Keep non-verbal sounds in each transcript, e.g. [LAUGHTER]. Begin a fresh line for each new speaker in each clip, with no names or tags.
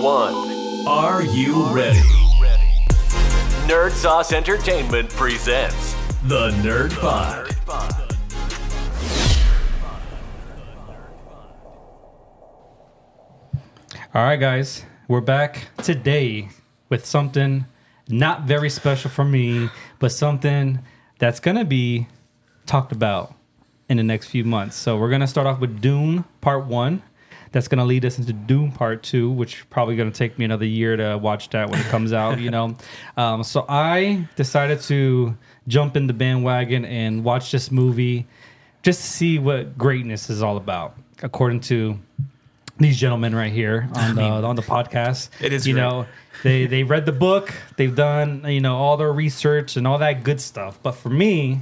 one.
Are you ready?
Nerd Sauce Entertainment presents
The Nerd Pod.
All right, guys, we're back today with something not very special for me, but something that's gonna be talked about in the next few months. So we're gonna start off with Dune Part One. That's gonna lead us into Dune Part Two, which probably gonna take me another year to watch that when it
[LAUGHS]
comes out. You know, um, so I decided to jump in the bandwagon and watch this movie just to see what greatness is all about, according to these gentlemen right
[LAUGHS]
here on the on the podcast.
It is
you
great.
know they they read the book, they've done you know all their research and all that good stuff. But for me,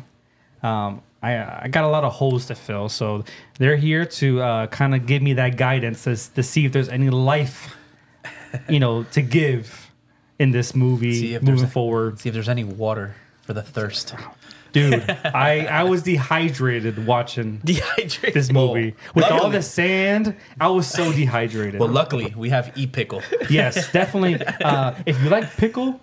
um, I I got a lot of holes to fill, so they're here to uh, kind of give me that guidance as, to see if there's any life, [LAUGHS] you know, to give in this
See
movie
if there's
moving
a-
forward.
See if there's any water for the thirst.
[LAUGHS] Dude, I I was dehydrated watching
Dehydrated.
this movie with all
luckily-
the sand. I was [LAUGHS] so dehydrated.
Well, luckily we have e pickle.
yes, definitely. Uh, if you like pickle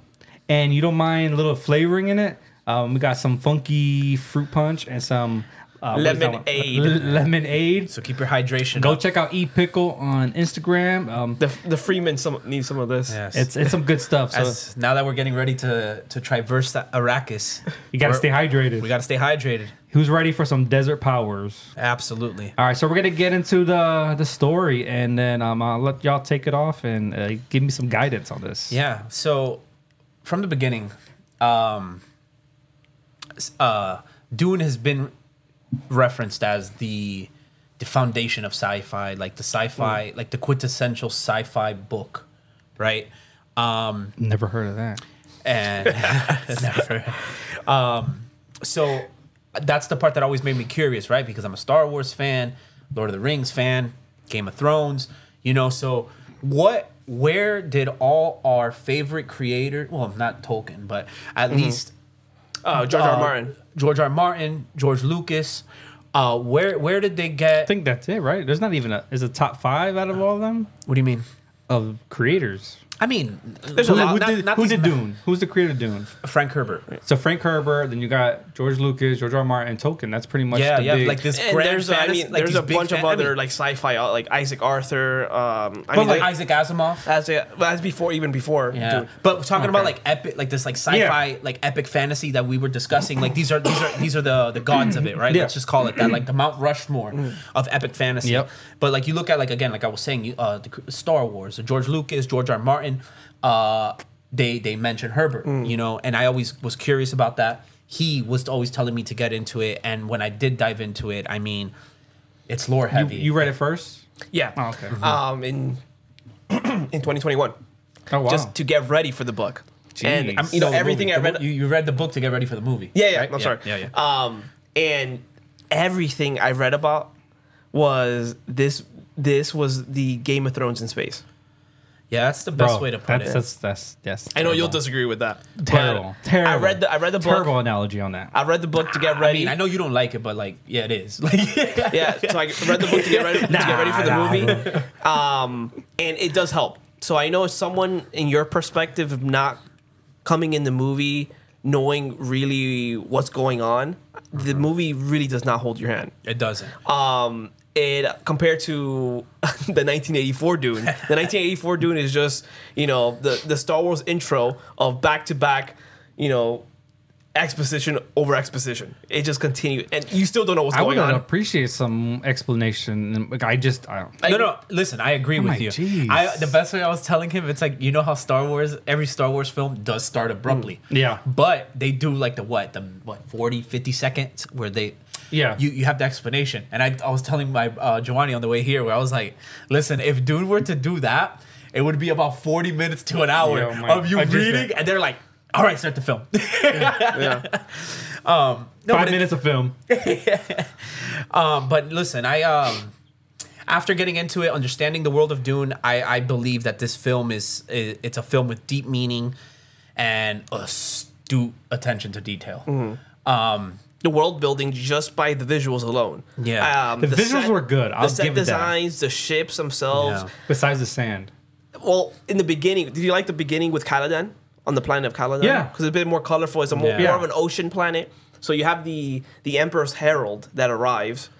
and you don't mind a little flavoring in it, um, we got some funky fruit punch and some uh, what is that one?
Lemonade.
L- lemonade.
So keep your hydration.
Go
up.
check out Eat Pickle on Instagram. Um,
The, the Freeman some, need some of this.
Yes.
it's it's some good stuff. So
As now that we're getting ready to to traverse the Arrakis,
you gotta
we're-
stay hydrated.
We gotta stay hydrated.
Who's ready for some desert powers?
Absolutely.
All right, so we're gonna get into the the story, and then um, I'll let y'all take it off and uh, give me some guidance on this.
Yeah. So from the beginning, um, s- uh, Dune has been referenced as the the foundation of sci-fi, like the sci-fi, like the quintessential sci-fi book, right? Um,
Never heard of that.
and [LAUGHS] never. Um, so that's the part that always made me curious, right? Because I'm a Star Wars fan, Lord of the Rings fan, Game of Thrones, you know. So what? Where did all our favorite creator? Well, not Tolkien, but at least
Oh, George R.
uh,
Mm-hmm. Martin.
George R. Martin, George Lucas. Uh, where where did they
I
get?
think that's it, right? There's not even a is a top five out of all of them.
What do you mean?
of creators.
I mean,
There's
who-
a lot-
not-
did,
not
who
these
did
ma-
Dune? Who's the creator of Dune?
Frank Herbert.
So Frank Herbert, then you got George Lucas, George R. R. Martin, and Tolkien. That's pretty much
Yeah,
the
yeah.
big.
Like this
And
grand
there's, a, I
fantasy-
mean,
like
there's
these
a
big
bunch of
fan- I
other
mean-
like sci-fi, uh, like Isaac Arthur. Um, I
but
mean,
like
like,
Isaac Asimov.
that's, it- well, that's before, even before.
Yeah.
Dune.
But we're talking about
Okay.
like epic, like this like sci-fi, like epic fantasy that we were discussing. Like these are these are these are the the gods of it, right?
Yeah.
Let's just call it that. Like the Mount Rushmore of epic fantasy.
Yep.
But like you look at like again, like I was saying, you uh, the cr- Star Wars, the George Lucas, George R. Martin. Uh, they they mention Herbert, you know, and I always was curious about that. He was always telling me to get into it, and when I did dive into it, I mean, it's lore
you,
heavy.
you read it first.
Yeah.
Oh, okay.
[LAUGHS] Um, in [CLEARS THROAT] in 2021,
Oh wow.
just to get ready for the book. And um, you
No,
know
the
everything
movie.
I
The
read.
book- You, you read the book to get ready for the movie.
Yeah, yeah.
right?
I'm sorry.
Yeah, yeah.
Um, and everything I read about was this. This was the Game of Thrones in space.
Yeah, that's the best
Bro,
way to put
that's,
it.
That's that's yes.
I know you'll
terrible.
disagree with that. but
Terrible. Terrible.
I read the I read the book.
Terrible analogy on that.
I read the book to get
I
ready.
mean, I know you don't like it, but like, yeah, it is. [LAUGHS] Like,
Yeah, so I read the book to
[LAUGHS]
get ready to get ready for the
Nah, nah,
movie, um, and it does help. So I know someone in your perspective of not coming in the movie, knowing really what's going on, the movie really does not hold your hand.
it doesn't.
Uh,
um, it compared to [LAUGHS] the
[LAUGHS]
1984 Dune. The 1984 Dune is just you know the the Star Wars intro of back to back, you know, exposition over exposition. It just continued, and you still don't know what's
I would
going on.
appreciate some explanation. Like, I just I don't.
no, no. Listen, I agree with
oh my
you.
jeez.
I, the best way I was telling him, it's like you know how Star Wars, every Star Wars film does start abruptly.
Mm, Yeah.
but they do like the what, the what, 40, 50 seconds where they.
Yeah.
you, you have the explanation, and I, I was telling my uh, Giovanni on the way here where I was like, "Listen, if Dune were to do that, it would be about forty minutes to an hour
Yo, my-
of you
I just-
reading," and they're like, "All right, start the
[LAUGHS]
film." No,
Five
but it-
minutes of film.
Um, but listen, I um, after getting into it, understanding the world of Dune, I, I believe that this film is, i it's a film with deep meaning and astute attention to detail.
Mm.
Um,
[LAUGHS] The world building just by the visuals alone.
Yeah.
The visuals were good. I'll
the set
give it that.
designs, the ships themselves.
Yeah.
Besides the sand.
well, in the beginning, did you like the beginning with Caladan on the planet of Caladan?
Yeah.
because it's a bit more colorful. It's a more,
Yeah.
more of an ocean planet. So you have the the Emperor's Herald that arrives.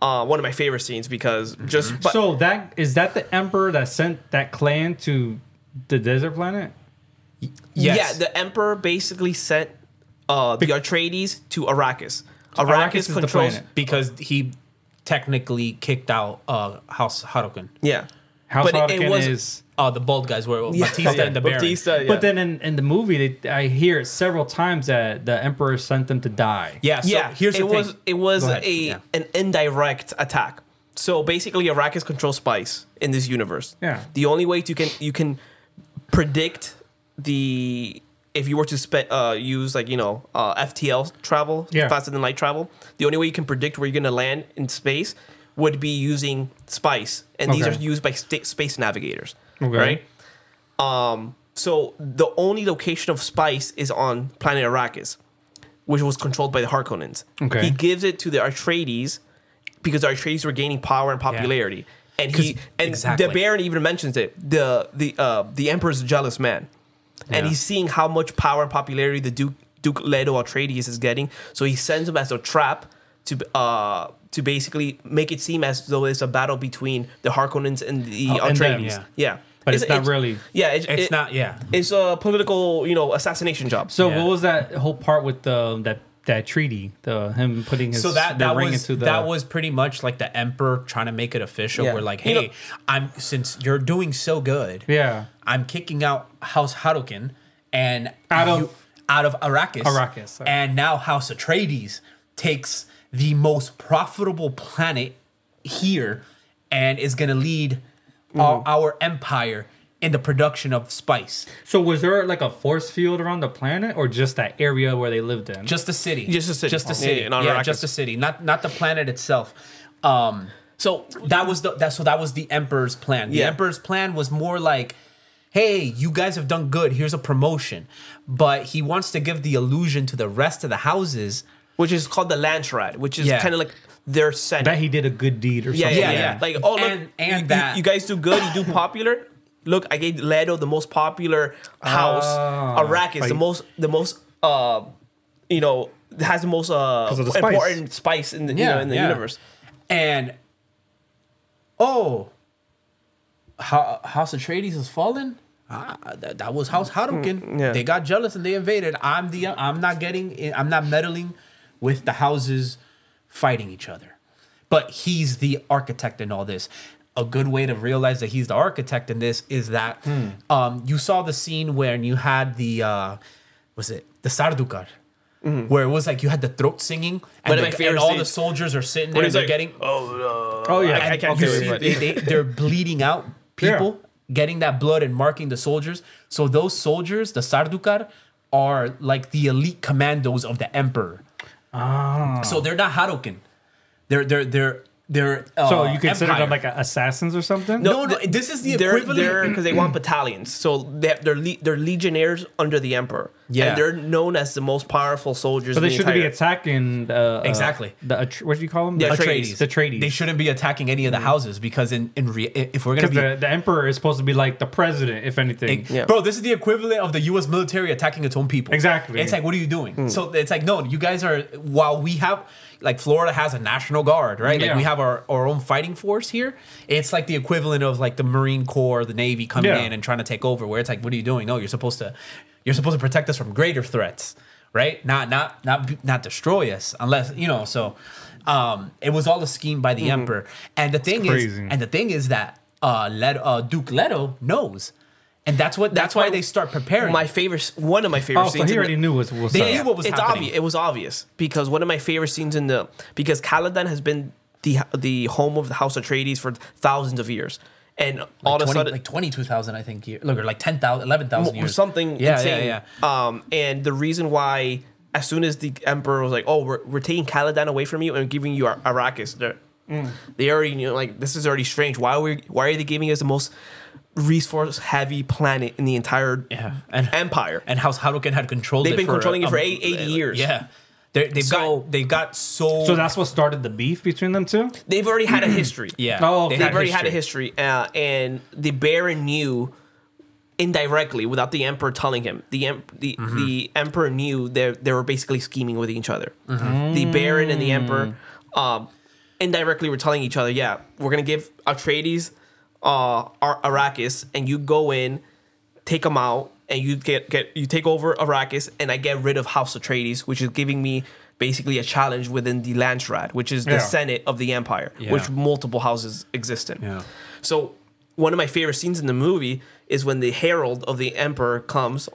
Uh, one of my favorite scenes because just but,
so that is that the emperor that sent that clan to the desert planet?
Yes.
yeah, the Emperor basically sent uh, the Atreides to Arrakis. Arrakis,
Arrakis is the
controls.
planet.
because he technically kicked out uh, House Harukin.
Yeah,
House
But it- it
Harkonnen
was- [LAUGHS]
is.
Uh, the bald guys were Batista and the Baron.
Batista, yeah.
But then in, in the movie, they, I hear it several times that the emperor sent them to die.
Yeah, so
yeah,
here's
it
the thing.
was it was
Go ahead.
a
Yeah.
an indirect attack. So basically, Arrakis controls spice in this universe.
Yeah.
the only way to can you can predict the if you were to spe- uh, use like you know uh, FTL travel,
Yeah.
faster than light travel. The only way you can predict where you're gonna land in space would be using spice, and these are
Okay.
used by sta- space navigators,
Okay.
right? Um, so the only location of spice is on planet Arrakis, which was controlled by the Harkonnens.
Okay.
He gives it to the Atreides because the Atreides were gaining power and popularity. And he
'Cause-
and
exactly.
the Baron even mentions it. The the uh the Emperor's a jealous man. And
Yeah.
he's seeing how much power and popularity the Duke Duke Leto Atreides is getting. So he sends him as a trap to uh to basically make it seem as though it's a battle between the Harkonnens and the
Oh, and
Atreides.
them,
yeah.
yeah.
But it's not really-
Yeah, it-
it's
it-
not. Yeah,
it's a political, you know, assassination job.
So
Yeah.
what was that whole part with the that that treaty? The him putting his
so that
the
that
ring
was
into the
that was pretty much like the emperor trying to make it official.
Yeah.
We're like,
You
hey,
know-
I'm since you're doing so good,
yeah.
I'm kicking out House Harukin and
Out of-
out of Arrakis,
Arrakis, sorry.
and now House Atreides takes the most profitable planet here and is going to lead our, our empire in the production of spice.
So was there like a force field around the planet, or just that area where they lived in?
Just the city,
Just the city.
just
Yeah,
the city,
yeah,
yeah,
not Arrakis.
just the city, not not the planet itself. Um,
So
that was the that so that was the emperor's plan. The
Yeah.
emperor's plan was more like, "Hey, you guys have done good. Here's a promotion," but he wants to give the illusion to the rest of the houses.
which is called the Lance Rat, which is
Yeah.
kind of like their senate.
that he did a good deed or
yeah,
something.
yeah, yeah,
yeah.
Like, oh, look,
And- and
you- you,
that.
you guys do good,
[LAUGHS]
you do popular. look, I gave Leto the most popular house.
Ah,
Arrakis, the
right.
most, the most, uh, you know, has the most uh,
of the spice.
important spice in the you know in the
yeah.
universe.
And oh, Ho- House Atreides has fallen. Ah, that, that was House Harukin.
Mm, yeah.
They got jealous and they invaded. I'm the I'm not getting in- I'm not meddling with the houses fighting each other. But he's the architect in all this. A good way to realize that he's the architect in this is that
Hmm.
um, you saw the scene when you had the uh, was it the Sardukar. Where it was like you had the throat singing,
Mm-hmm. One
and,
of
the,
my favorite
and all the
scenes.
soldiers are sitting
What
there.
is
and They're
like,
getting
Oh, uh,
Oh, yeah.
I, I can't
you
do
see
it. But,
they, they, they're bleeding out
[LAUGHS]
people getting that blood and marking the soldiers so those soldiers the sardukar are like the elite commandos of the emperor
Ah.
so they're not harukin they're they're they're they're uh,
So you consider
empire.
them like assassins or something?
no no this is the
they're
equivalent
there because
[CLEARS THROAT]
they want battalions, so they have, they're le- they're legionnaires under the emperor.
Yeah.
and they're known as the most powerful soldiers.
So they
in the
shouldn't be
entire-
attacking uh, uh,
Exactly.
the Atre- what do you call them?
The
The
Atreides.
Atreides. The Atreides.
they shouldn't be attacking any of the houses because in in re- if we're gonna
because
be
the, the emperor is supposed to be like the president, if anything.
Like,
Yeah.
Bro, this is the equivalent of the U.S. military attacking its own people.
Exactly. Hmm.
It's like, what are you doing? So it's like, no, you guys are. While we have, like, Florida has a national guard, right?
Yeah.
Like, we have our, our own fighting force here. It's like the equivalent of like the Marine Corps, the Navy coming
Yeah.
in and trying to take over. Where it's like, what are you doing? No, you're supposed to, you're supposed to protect us from greater threats, right? Not not not not destroy us unless you know. So. Um, it was all a scheme by the emperor, and the thing is,
Hmm. crazy.
and the thing is that uh, Let, uh, Duke Leto knows, and that's what that's,
That's
why,
why
they start preparing.
my favorite, s- one of my favorite
Oh, so
scenes.
he
in
already
the-
knew was was
They
up.
knew what was
it's
happening.
obvious. It was obvious because one of my favorite scenes in the because Caladan has been the the home of the House Atreides for thousands of years, and all
like,
of a
20,
sudden,
like 22,000, I think, year, look, or like 10,000, 11,000
or
years.
something
yeah,
insane.
Yeah, yeah,
Um, and the reason why, as soon as the emperor was like, "Oh, we're, we're taking Caladan away from you and giving you Ar- Arrakis," they're-
Mm.
they already knew like this is already strange. Why are we? Why are they giving us the most resource heavy planet in the entire
Yeah, and-
empire?
And House Harukin had controlled
They've
it
been
for,
controlling it for
um,
eight- 80 years.
Yeah. They're, they've,
So-
got, they've got so.
So that's what started the beef between them two.
They've already had a history.
[CLEARS THROAT] Yeah.
Oh,
they
okay.
they've
had
already had a history, uh, and the Baron knew indirectly without the emperor telling him. The em- the,
Mm-hmm.
the emperor knew they they were basically scheming with each other.
Mm-hmm.
The baron and the emperor
Mm.
um, indirectly were telling each other, "Yeah, we're gonna give Atreides uh, Ar- Arrakis, and you go in, take him out, and you get get you take over Arrakis, and I get rid of House Atreides, which is giving me." Basically, a challenge within the Landsrat, which is the
Yeah.
Senate of the Empire,
Yeah.
which multiple houses exist in.
Yeah.
So one of my favorite scenes in the movie is when the herald of the emperor comes.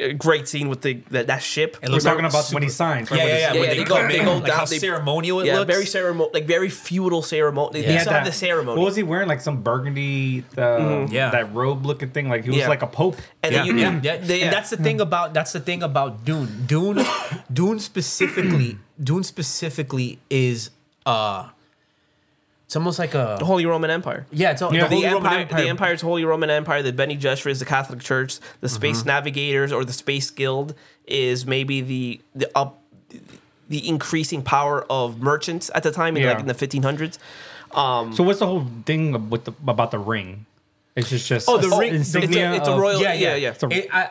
A great scene with the that, that ship.
It
We're
looks
talking
like
about
super-
when he signs.
Yeah,
right?
yeah,
When
yeah.
he's-
when
yeah,
they
they go-
come
they
in,
go
like
down,
how
they-
ceremonial it
yeah,
looks.
very ceremonial, like very feudal ceremony.
He
They
had
still have the ceremony. Mm-hmm.
What was he wearing? Like some burgundy, uh,
Yeah.
that robe looking thing. Like he was
Yeah.
like a pope.
and
yeah,
then you,
yeah, yeah.
they-
And that's the thing about that's the thing about Dune. Dune, Dune
[CLEARS THROAT]
specifically, Dune specifically is uh, it's almost like a
the Holy Roman Empire.
yeah, it's all,
Yeah.
the Holy
the
Roman
empire,
Empire.
the empire's Holy Roman Empire. The Bene Gesserit is the Catholic Church.
Mm-hmm.
The Space Navigators or the Space Guild is maybe the the up the increasing power of merchants at the time, in
Yeah.
like in the 1500s. Um,
So what's the whole thing ab- with the, about the ring? It's just just
Oh, the
a
ring- the-
it's, a,
insignia.
it's a
of-
royal.
yeah, yeah,
yeah.
So-
It- I,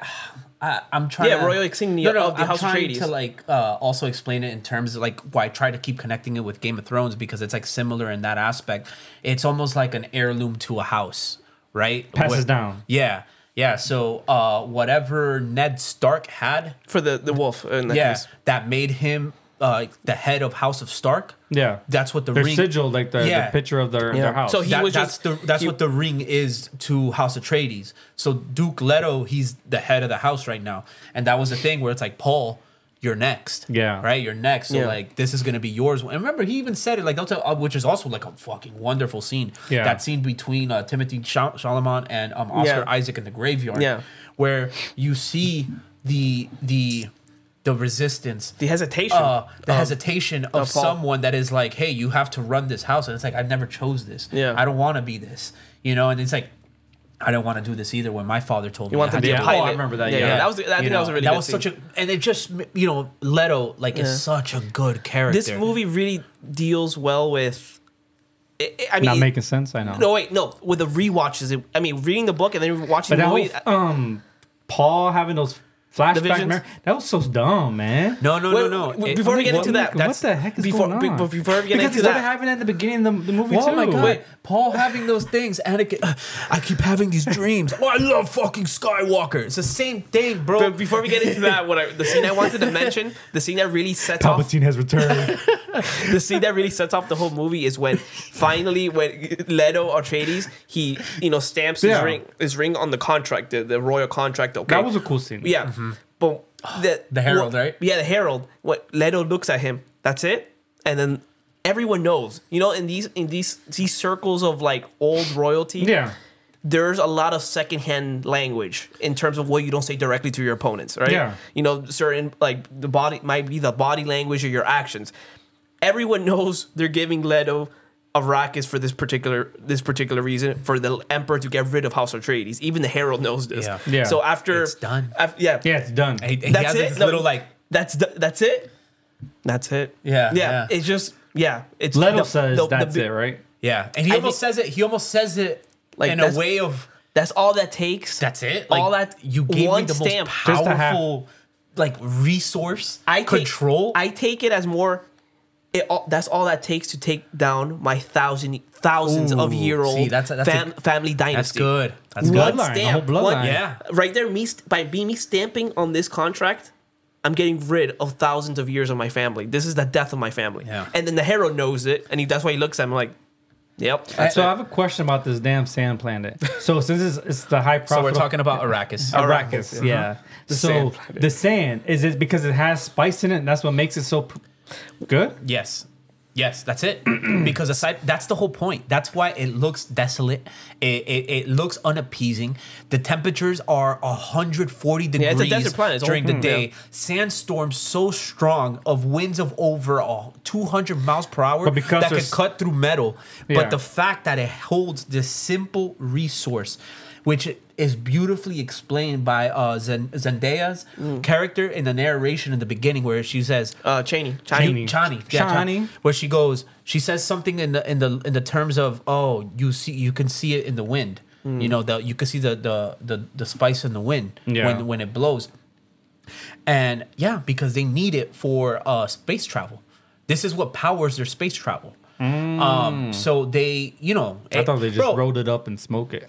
I, I'm trying.
Yeah,
to,
royal insignia of the
I'm
House
trying
Atreides.
to like uh, also explain it in terms of like why I try to keep connecting it with Game of Thrones because it's like similar in that aspect. It's almost like an heirloom to a house, right?
Passes down.
Yeah, yeah. So uh, whatever Ned Stark had,
for the the wolf. In that
yeah,
case.
that made him uh, the head of House of Stark.
Yeah,
That's what the
their
ring-
sigil, like the,
Yeah.
the picture of their,
Yeah.
their house.
So he
That-
was
that's
just-
the that's
he-
what the ring is to House Atreides. So Duke Leto, he's the head of the house right now, and that was the thing where it's like Paul, you're next.
Yeah.
right, you're next. So
Yeah.
like this is gonna be yours. And remember, he even said it like they'll tell, uh, which is also like a fucking wonderful scene.
Yeah.
that scene between uh, Timothy Chal- Chalamet and um, Oscar
Yeah.
Isaac in the graveyard.
Yeah.
where you see the the the resistance
the hesitation.
uh, the
um,
hesitation of
Paul.
someone that is like, hey, you have to run this house, and it's like I've never chose this.
Yeah.
I don't want to be this, you know. And it's like, I don't want to do this either. When my father told
You
me, I
want them
had
to
to
be a
do
Yeah.
it.
pilot.
Oh, I remember that,
Yeah,
yeah.
yeah, that was. I think that was a really
that
good
was
scene.
such a, and it just you know, Leto like
Yeah.
is such a good character.
This movie really deals well with. I- I- I mean,
not making sense. I know.
No, wait, no. With the rewatches, it, I mean, reading the book and then watching
but
the
that
movie. uh,
whole, um, Paul having those flashback.
visions?
mer- that was so dumb, man.
no, no, no,
Wait,
no.
wait,
It-
Before we get
What-
into that,
what
that's
the heck is
before,
going
be-
on?
but before we get
because
into
it started
that,
happening at the beginning of the, the movie
Oh
too.
my god! Paul having those things, Anakin. uh, [SIGHS] I keep having these dreams. Oh, I love fucking Skywalker. It's the same thing, bro.
but before we get into that, what I, the scene I wanted
[LAUGHS]
to mention, the scene that really sets off
Palpatine has returned.
the scene that really sets off the whole movie is when finally when Leto Atreides he you know stamps his
Yeah.
ring his ring on the contract the, the royal contract. Okay,
That was a cool scene.
Yeah,
[GASPS]
but the
Mm-hmm. The herald,
what-
right?
Yeah, the herald. What Leto looks at him. That's it, and then everyone knows. You know, in these in these these circles of like old royalty.
yeah.
There's a lot of secondhand language in terms of what you don't say directly to your opponents, right?
Yeah.
You know, certain like the body might be the body language or your actions. Everyone [LAUGHS] knows they're giving Leto Arrakis for this particular this particular reason for the emperor to get rid of House Atreides. Even the herald knows this.
Yeah.
Yeah.
So after
It's done.
af- yeah.
Yeah, it's done.
[LAUGHS] He- he
That's
has
it.
This
No,
little like
That's the, that's it. That's it.
Yeah,
yeah.
yeah.
It's just yeah. It's
Leto
the-
says
the- the
that's
big-
it, right?
Yeah, and he
I
almost
think-
says it. He almost says it
Like,
in a
that's-
way of
That's all that takes.
that's it.
all that
you gave
one
me the
stamp.
most
Just to have-
powerful like resource
I take,
control.
I take it as more. It all, that's all that takes to take down my thousand thousands of
Ooh,
year old
see, that's a- that's a-
fam, family
that's
dynasty.
good. That's good.
One
Bloodline, the
stamp,
whole
one-
bloodline.
Yeah.
right there. Me st- by me, me stamping on this contract, I'm getting rid of thousands of years of my family. This is the death of my family.
Yeah.
And then the hero knows it, and he, that's why he looks at him like, "Yep, that's
So
it."
I have a question about this damn sand [LAUGHS] planet. So since it's, it's the high profit,
So we're talking about Arrakis.
Arrakis. Yeah. so
Uh-huh. sand planet.
the sand is it because it has spice in it, and that's what makes it so p- good?
Yes. Yes, that's it. [CLEARS THROAT] because aside, that's the whole point. That's why it looks desolate. It, it, it looks unappeasing. The temperatures are 140 degrees
it's a desert planet. It's all-
during the
mm,
day. Sandstorms so strong of winds of over uh, 200 miles per hour
But because
that could
there's-
cut through metal.
Yeah.
But the fact that it holds this simple resource, which is beautifully explained by uh, Zen- Zendaya's
Mm.
character in the narration in the beginning, where she says,
Uh, Cheney, Cheney.
Chani. Chani. Yeah, Chani.
Chani.
Where she goes, she says something in the in the in the terms of, oh, you see, you can see it in the wind.
Mm.
You know, the you can see the the the, the spice in the wind
Yeah.
when when it blows. And yeah, because they need it for uh, space travel. This is what powers their space travel.
Mm.
Um, so they, you know,
I thought they just
bro,
rolled it up and smoked it.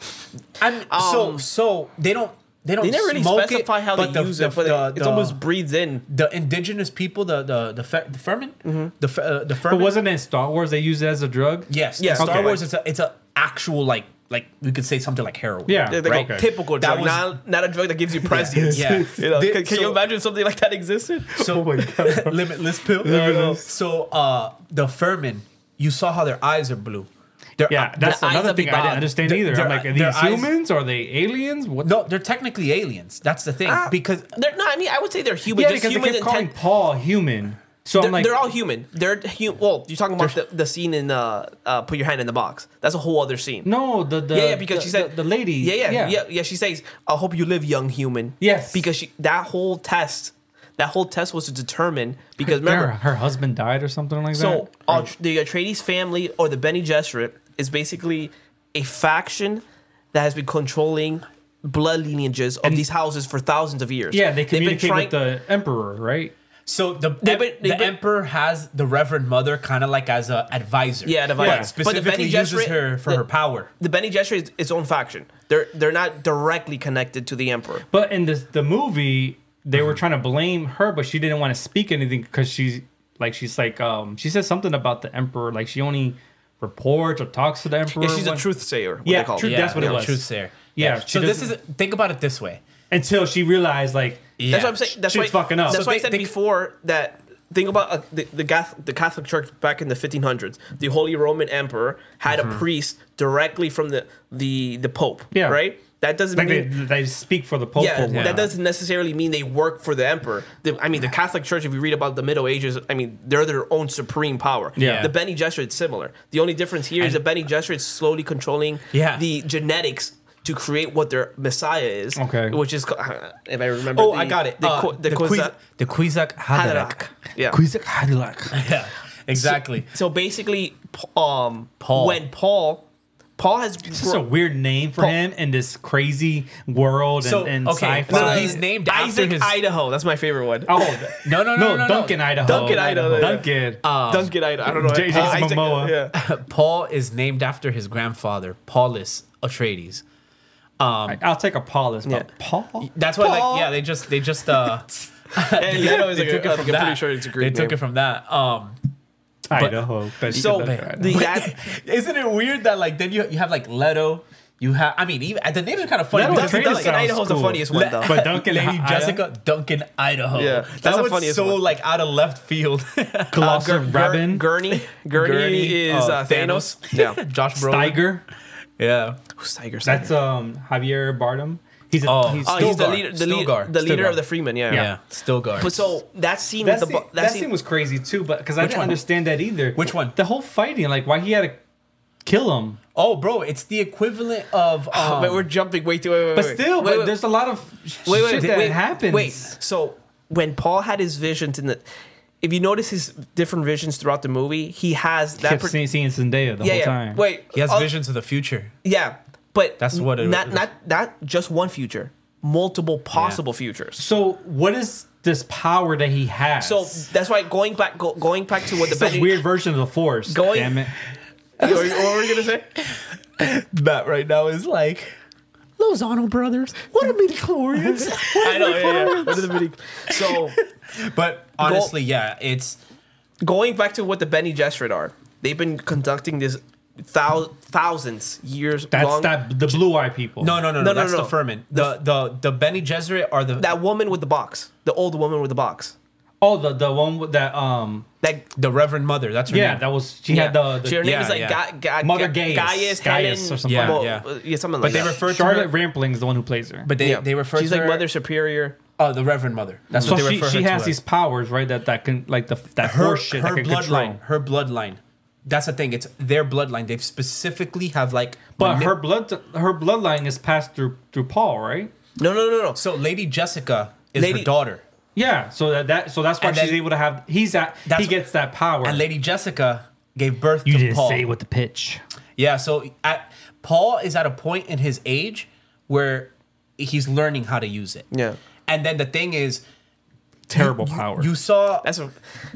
I'm, so
Um,
so they don't they don't
They never really
smoke
specify
it,
how
but
they
the-
use
the-
it, but
the-
it- it's
the-
almost breathes in.
the indigenous people, the the the, fer- the Furman,
Mm-hmm.
the fe- uh, the
But
Furman.
wasn't it in Star Wars they used it as a drug?
yes,
Yeah,
yeah. Star
okay.
Wars. It's a it's a actual like like we could say something like heroin.
Yeah.
They're like
Okay.
a typical
That
drug,
was-
not, not a drug that gives
[LAUGHS]
you prescience.
Yeah.
You know,
Did-
can, can you
so-
imagine something like that existed?
[LAUGHS] Oh
So [LAUGHS] limitless pill.
Limitless.
So uh, the Furman, you saw how their eyes are blue. Their,
Yeah, that's
their eyes
another
are
thing I
big.
didn't understand
Their-
either.
their-
I'm like, are
their
these
eyes-
humans? Are they aliens? What?
No, they're technically aliens. That's the thing
Ah.
because
Uh, they're no, I mean, I would say they're human.
yeah,
just
because they
human
kept calling
intent-
Paul human. So
They're,
I'm like,
they're all human. They're hu- well. You're talking about the, the scene in uh, uh, "Put Your Hand in the Box." That's a whole other scene.
no, the, the
yeah, yeah, because
the,
she said
the, the lady.
Yeah, yeah, yeah, yeah, She says, "I hope you live, young human."
Yes.
because she that whole test, that whole test was to determine because
Her,
remember,
her husband died or something like that.
so uh, the Atreides family or the Benny Gesserit is basically a faction that has been controlling blood lineages of these houses for thousands of years.
yeah, they
They've been
communicate
trying-
with the emperor, right?
So the
They- but-
the
they- but-
emperor has the Reverend Mother kind of like as a advisor.
Yeah, advisor.
But
But the
specifically
Bene
uses
Gesserit-
her for
the-
her power.
the Bene Gesserit is its own faction. They're they're not directly connected to the emperor.
But in this the movie, they
Mm-hmm.
were trying to blame her, but she didn't want to speak anything because she's like she's like um she said something about the emperor, like she only reports or talks to the emperor.
Yeah, she's a
when-
truth sayer. What
Yeah,
they call
truth-
it.
that's what it
no,
was.
Truth there.
Yeah, she
So this is
doesn't-
think about it this way.
until she realized like
Yeah.
That's what I'm saying. That's
She's
why,
fucking up.
That's
So
why I
they-
said
they-
before that. Think about uh, the the, Cath- the Catholic Church back in the 1500s. The Holy Roman Emperor had a priest directly from the the the Pope.
Mm-hmm. Yeah.
Right. That doesn't
like they,
mean.
they speak for the pope.
yeah,
or whatnot.
that doesn't necessarily mean they work for the emperor. The, I mean, the Catholic Church. If you read about the Middle Ages, I mean, they're their own supreme power.
Yeah.
The Bene Gesserit is similar. The only difference here is
And-
the Bene Gesserit is slowly controlling
Yeah.
the genetics to create what their Messiah is.
Okay.
Which is, ca- [LAUGHS] if I remember.
Oh,
the-
I got it.
The,
Uh,
qu- the,
the
Quiz-
Quiz- the Quizak Haderach.
Haderach.
[LAUGHS]
Yeah.
[LAUGHS] Yeah, exactly.
So basically, p- um,
Paul.
When Paul, Paul has
It's just a weird name for
Paul-
him in this crazy world and,
So,
and
okay,
sci-fi.
so he's named after
Isaac
his-
Idaho. That's my favorite one. [LAUGHS]
oh
No, no, no, no, no, no.
Duncan Idaho,
Duncan, Idaho.
Duncan.
Oh.
Duncan Idaho. I don't know.
JJ
Uh, Isaac-
Momoa.
Yeah.
[LAUGHS] Paul is named after his grandfather, Paulus Atreides.
I'll take a Paulus, but Paul.
That's why,
Paul.
like, yeah, they just they just uh, [LAUGHS]
And you know, it's
they
like
took
a-
it from
I'm
that.
pretty sure it's a
they
Greek
took
name.
it from that. Um,
Idaho. But she
So
said Duncan Idaho.
the,
[LAUGHS]
that
isn't it weird that like then you you have like Leto, you have I mean even the name is kind of funny.
Leto
because-
Atreides
Duncan
sounds
Idaho's the
cool.
funniest one though. Uh,
but
[LAUGHS]
[LAUGHS]
Duncan
Lady
Idaho-
Jessica Duncan Idaho.
Yeah, that's
that
the
was
funniest
so
one.
like out of left field. [LAUGHS]
Uh,
Colossal
Gur- Gur-
Rabin,
Gurney. Gurney, is
uh,
uh, Thanos. Yeah.
[LAUGHS] Josh Brolin.
Tiger.
Yeah,
Who's Tiger?
That's um Javier Bardem. He's a,
Oh.
he's,
Oh, he's the
uh, Stilgar.
leader. The, lead-
Stilgar.
the leader
Stilgar.
of the Freeman. Yeah.
yeah, still guard.
But so that scene
that,
with the
scene,
bu-
that, scene was crazy too, but because I
Which
didn't
one?
understand that either.
Which one?
The whole fighting, like why he had to kill him.
oh, bro, it's the equivalent of um,
[GASPS] [SIGHS] but we're jumping way too. Wait, wait,
But
wait.
still,
wait,
but
wait,
there's a lot of sh-
wait, wait,
shit
wait,
that
wait,
happens.
Wait, so when Paul had his visions in the, if you notice his different visions throughout the movie, he has that.
kept
per-
seeing, seeing Zendaya the
yeah,
whole
yeah.
time.
Wait,
he has
oh,
visions of the future.
Yeah, but
That's what it
not
was.
not not just one future, multiple possible futures.
So what is this power that he has?
So that's why going back go, going back to what the
it's a
Bene-
weird version of the Force.
Going-
damn it.
[LAUGHS] What were you- what were you gonna [LAUGHS] say?
Matt right now is like those Arnold brothers. What a midi
[LAUGHS] I know. Yeah, yeah. What are the mini- So
But honestly, yeah, it's
going back to what the Benny Gesserit are, they've been conducting this thou- thousands years
That's
long.
that the blue eye people.
no, no, no, no.
No, no,
that's
no.
the Furman. The the the Benny Gesserit are the
that woman with the box, the old woman with the box.
Oh, the the one with that um.
That
the Reverend Mother. That's her
Yeah,
name.
that was she had the, the
her name
yeah,
is like
yeah.
Ga- Ga-
Mother
Ga-
Gaius.
Gaius,
Gaius
Helen-
or something
Yeah,
Well,
yeah.
uh, yeah, something
But
like
they
that.
refer to
Charlotte
her-
Rampling's the one who plays her.
but they
Yeah.
they refer
She's
to
like
her,
Mother Superior.
Oh, the Reverend Mother. That's
so
what they
she,
refer
she
her
has
to
these
as.
powers, right? That that can like the that
her,
force shit
her
that can control.
bloodline. Her bloodline. That's the thing. It's their bloodline. They specifically have like.
But
mani-
her blood her bloodline is passed through through Paul, right?
No, no, no, no.
so Lady Jessica is
Lady-
her daughter,
Yeah. So that, that so that's why
And
she's
then-
able to have he's at
That's
he
wh-
gets that power.
and Lady Jessica gave birth
you
to
didn't
Paul.
say with the pitch.
yeah. So I, Paul is at a point in his age where he's learning how to use it.
Yeah.
And then the thing is,
Terrible
you-
power.
You saw
That's a,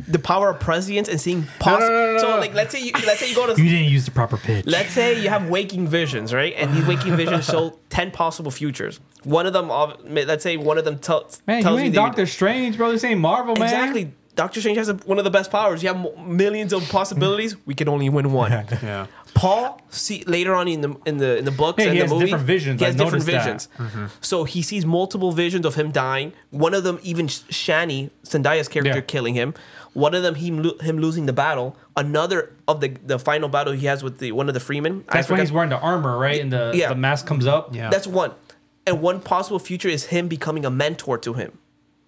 the power of prescience and seeing possible.
no, no,
so
no.
like let's say you let's say you go
[LAUGHS]
You
to
didn't use the proper pitch.
let's say you have waking visions, right? And these waking
[LAUGHS]
visions show ten possible futures. One of them, ob- let's say one of them tell,
man, you
tells
ain't
that you-
Doctor Strange, bro. This ain't Marvel, man.
Exactly. Doctor Strange has a, one of the best powers. You have mo- millions of possibilities. We can only
[LAUGHS]
win one.
Yeah.
Paul see later on in the in the in the books
Yeah,
and
he
the
has
movie,
different visions.
He
I
has different visions.
noticed Mm-hmm.
So he sees multiple visions of him dying. One of them, even Sh- Shani Zendaya's character,
Yeah.
killing him. One of them, him lo- him losing the battle. Another of the the final battle he has with the one of the freemen. I
That's why
forgot-
he's wearing the armor, right? And the,
Yeah.
the mask comes up.
Yeah.
That's one. And one possible future is him becoming a mentor to him.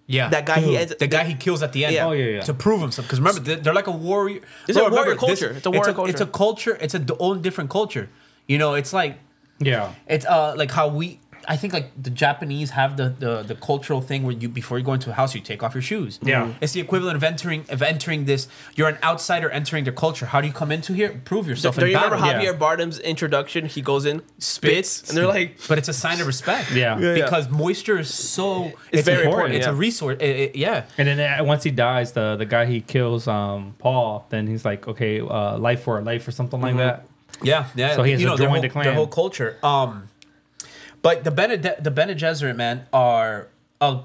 Yeah,
That guy he ends-
the guy he kills at the end.
Yeah. Oh,
yeah, yeah.
To prove himself, because remember they're, they're like a warrior.
It's a
Bro,
warrior
remember, this-
culture. It's a warrior
It's a culture. It's a d- own different culture. You know, it's like
Yeah.
it's uh like how we. I think like the Japanese have the, the the cultural thing where you before you go into a house you take off your shoes.
Mm-hmm.
Yeah.
it's the equivalent of entering of entering this. You're an outsider entering their culture. How do you come into here? Prove yourself.
Do
in
you remember
battle.
how-
Javier Bardem's introduction? He goes in, spits,
Spits.
and they're like,
But it's a sign of respect.
Yeah. Yeah,
yeah.
because moisture is so it's,
very important,
It's a
yeah.
resource. It- it- yeah,
And then uh, once he dies, the the guy he kills, um, Paul, then he's like, okay, uh, life for a life or something
Mm-hmm.
like that.
Yeah, yeah.
So he has
you
to
know, their
join
whole,
the clan.
Their whole culture. Um, but the Bene the Bene Gesserit man are a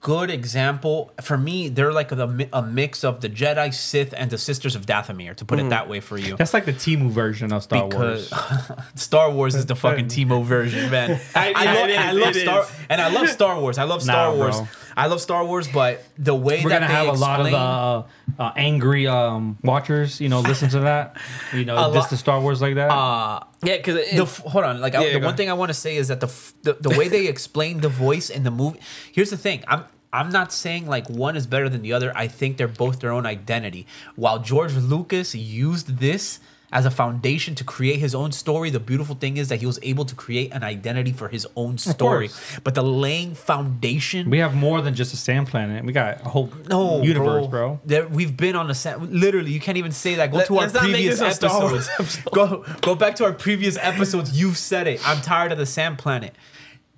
good example for me. They're like a, mi- a mix of the Jedi, Sith, and the Sisters of Dathomir. To put it that way for you,
That's like the Timu version of Mm. Star
because
Wars.
[LAUGHS] Star Wars is the fucking Timo version,
[LAUGHS]
man. I,
I-
love,
it
I
is,
love
it
Star
is.
and I love Star Wars. I love Star
Nah,
Wars.
bro.
I love Star Wars, but the way
We're
that
gonna
they
have a lot of
explain-
uh, uh, angry um, watchers, you know, listen to
[LAUGHS]
that, you know,
lot-
this to Star Wars like that.
Uh, yeah, because
the f- hold on like I,
Yeah,
the
go
one
ahead.
thing i want to say is that the, f- the the way they explain the voice in the movie here's the thing i'm i'm not saying like one is better than the other i think they're both their own identity while george lucas used this as a foundation to create his own story the beautiful thing is that he was able to create an identity for his own story
course.
but the laying foundation
we have more than just a sand planet. We got a whole
no,
universe,
bro.
bro.
There- we've been on a set. Literally, you can't even say that. Go
Let-
to our
let's not make
previous
this a Star Wars [LAUGHS]
episodes. go, go back to our previous episodes. You've said it. I'm tired of the sand planet.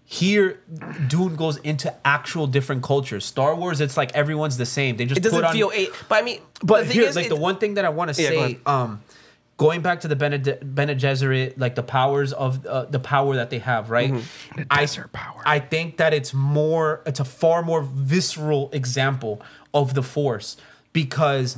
Here, Dune goes into actual different cultures. Star Wars, it's like everyone's the same. They just
it doesn't
put on,
feel eight. But I mean,
but
the
here,
thing is,
like
it-
the one thing that I want to
Yeah, go
say,
ahead.
um, going back to the Bene, Bene Gesserit, like the powers of uh, the power that they have, right?
Mm-hmm.
I, power. I think that it's more, it's a far more visceral example of the Force because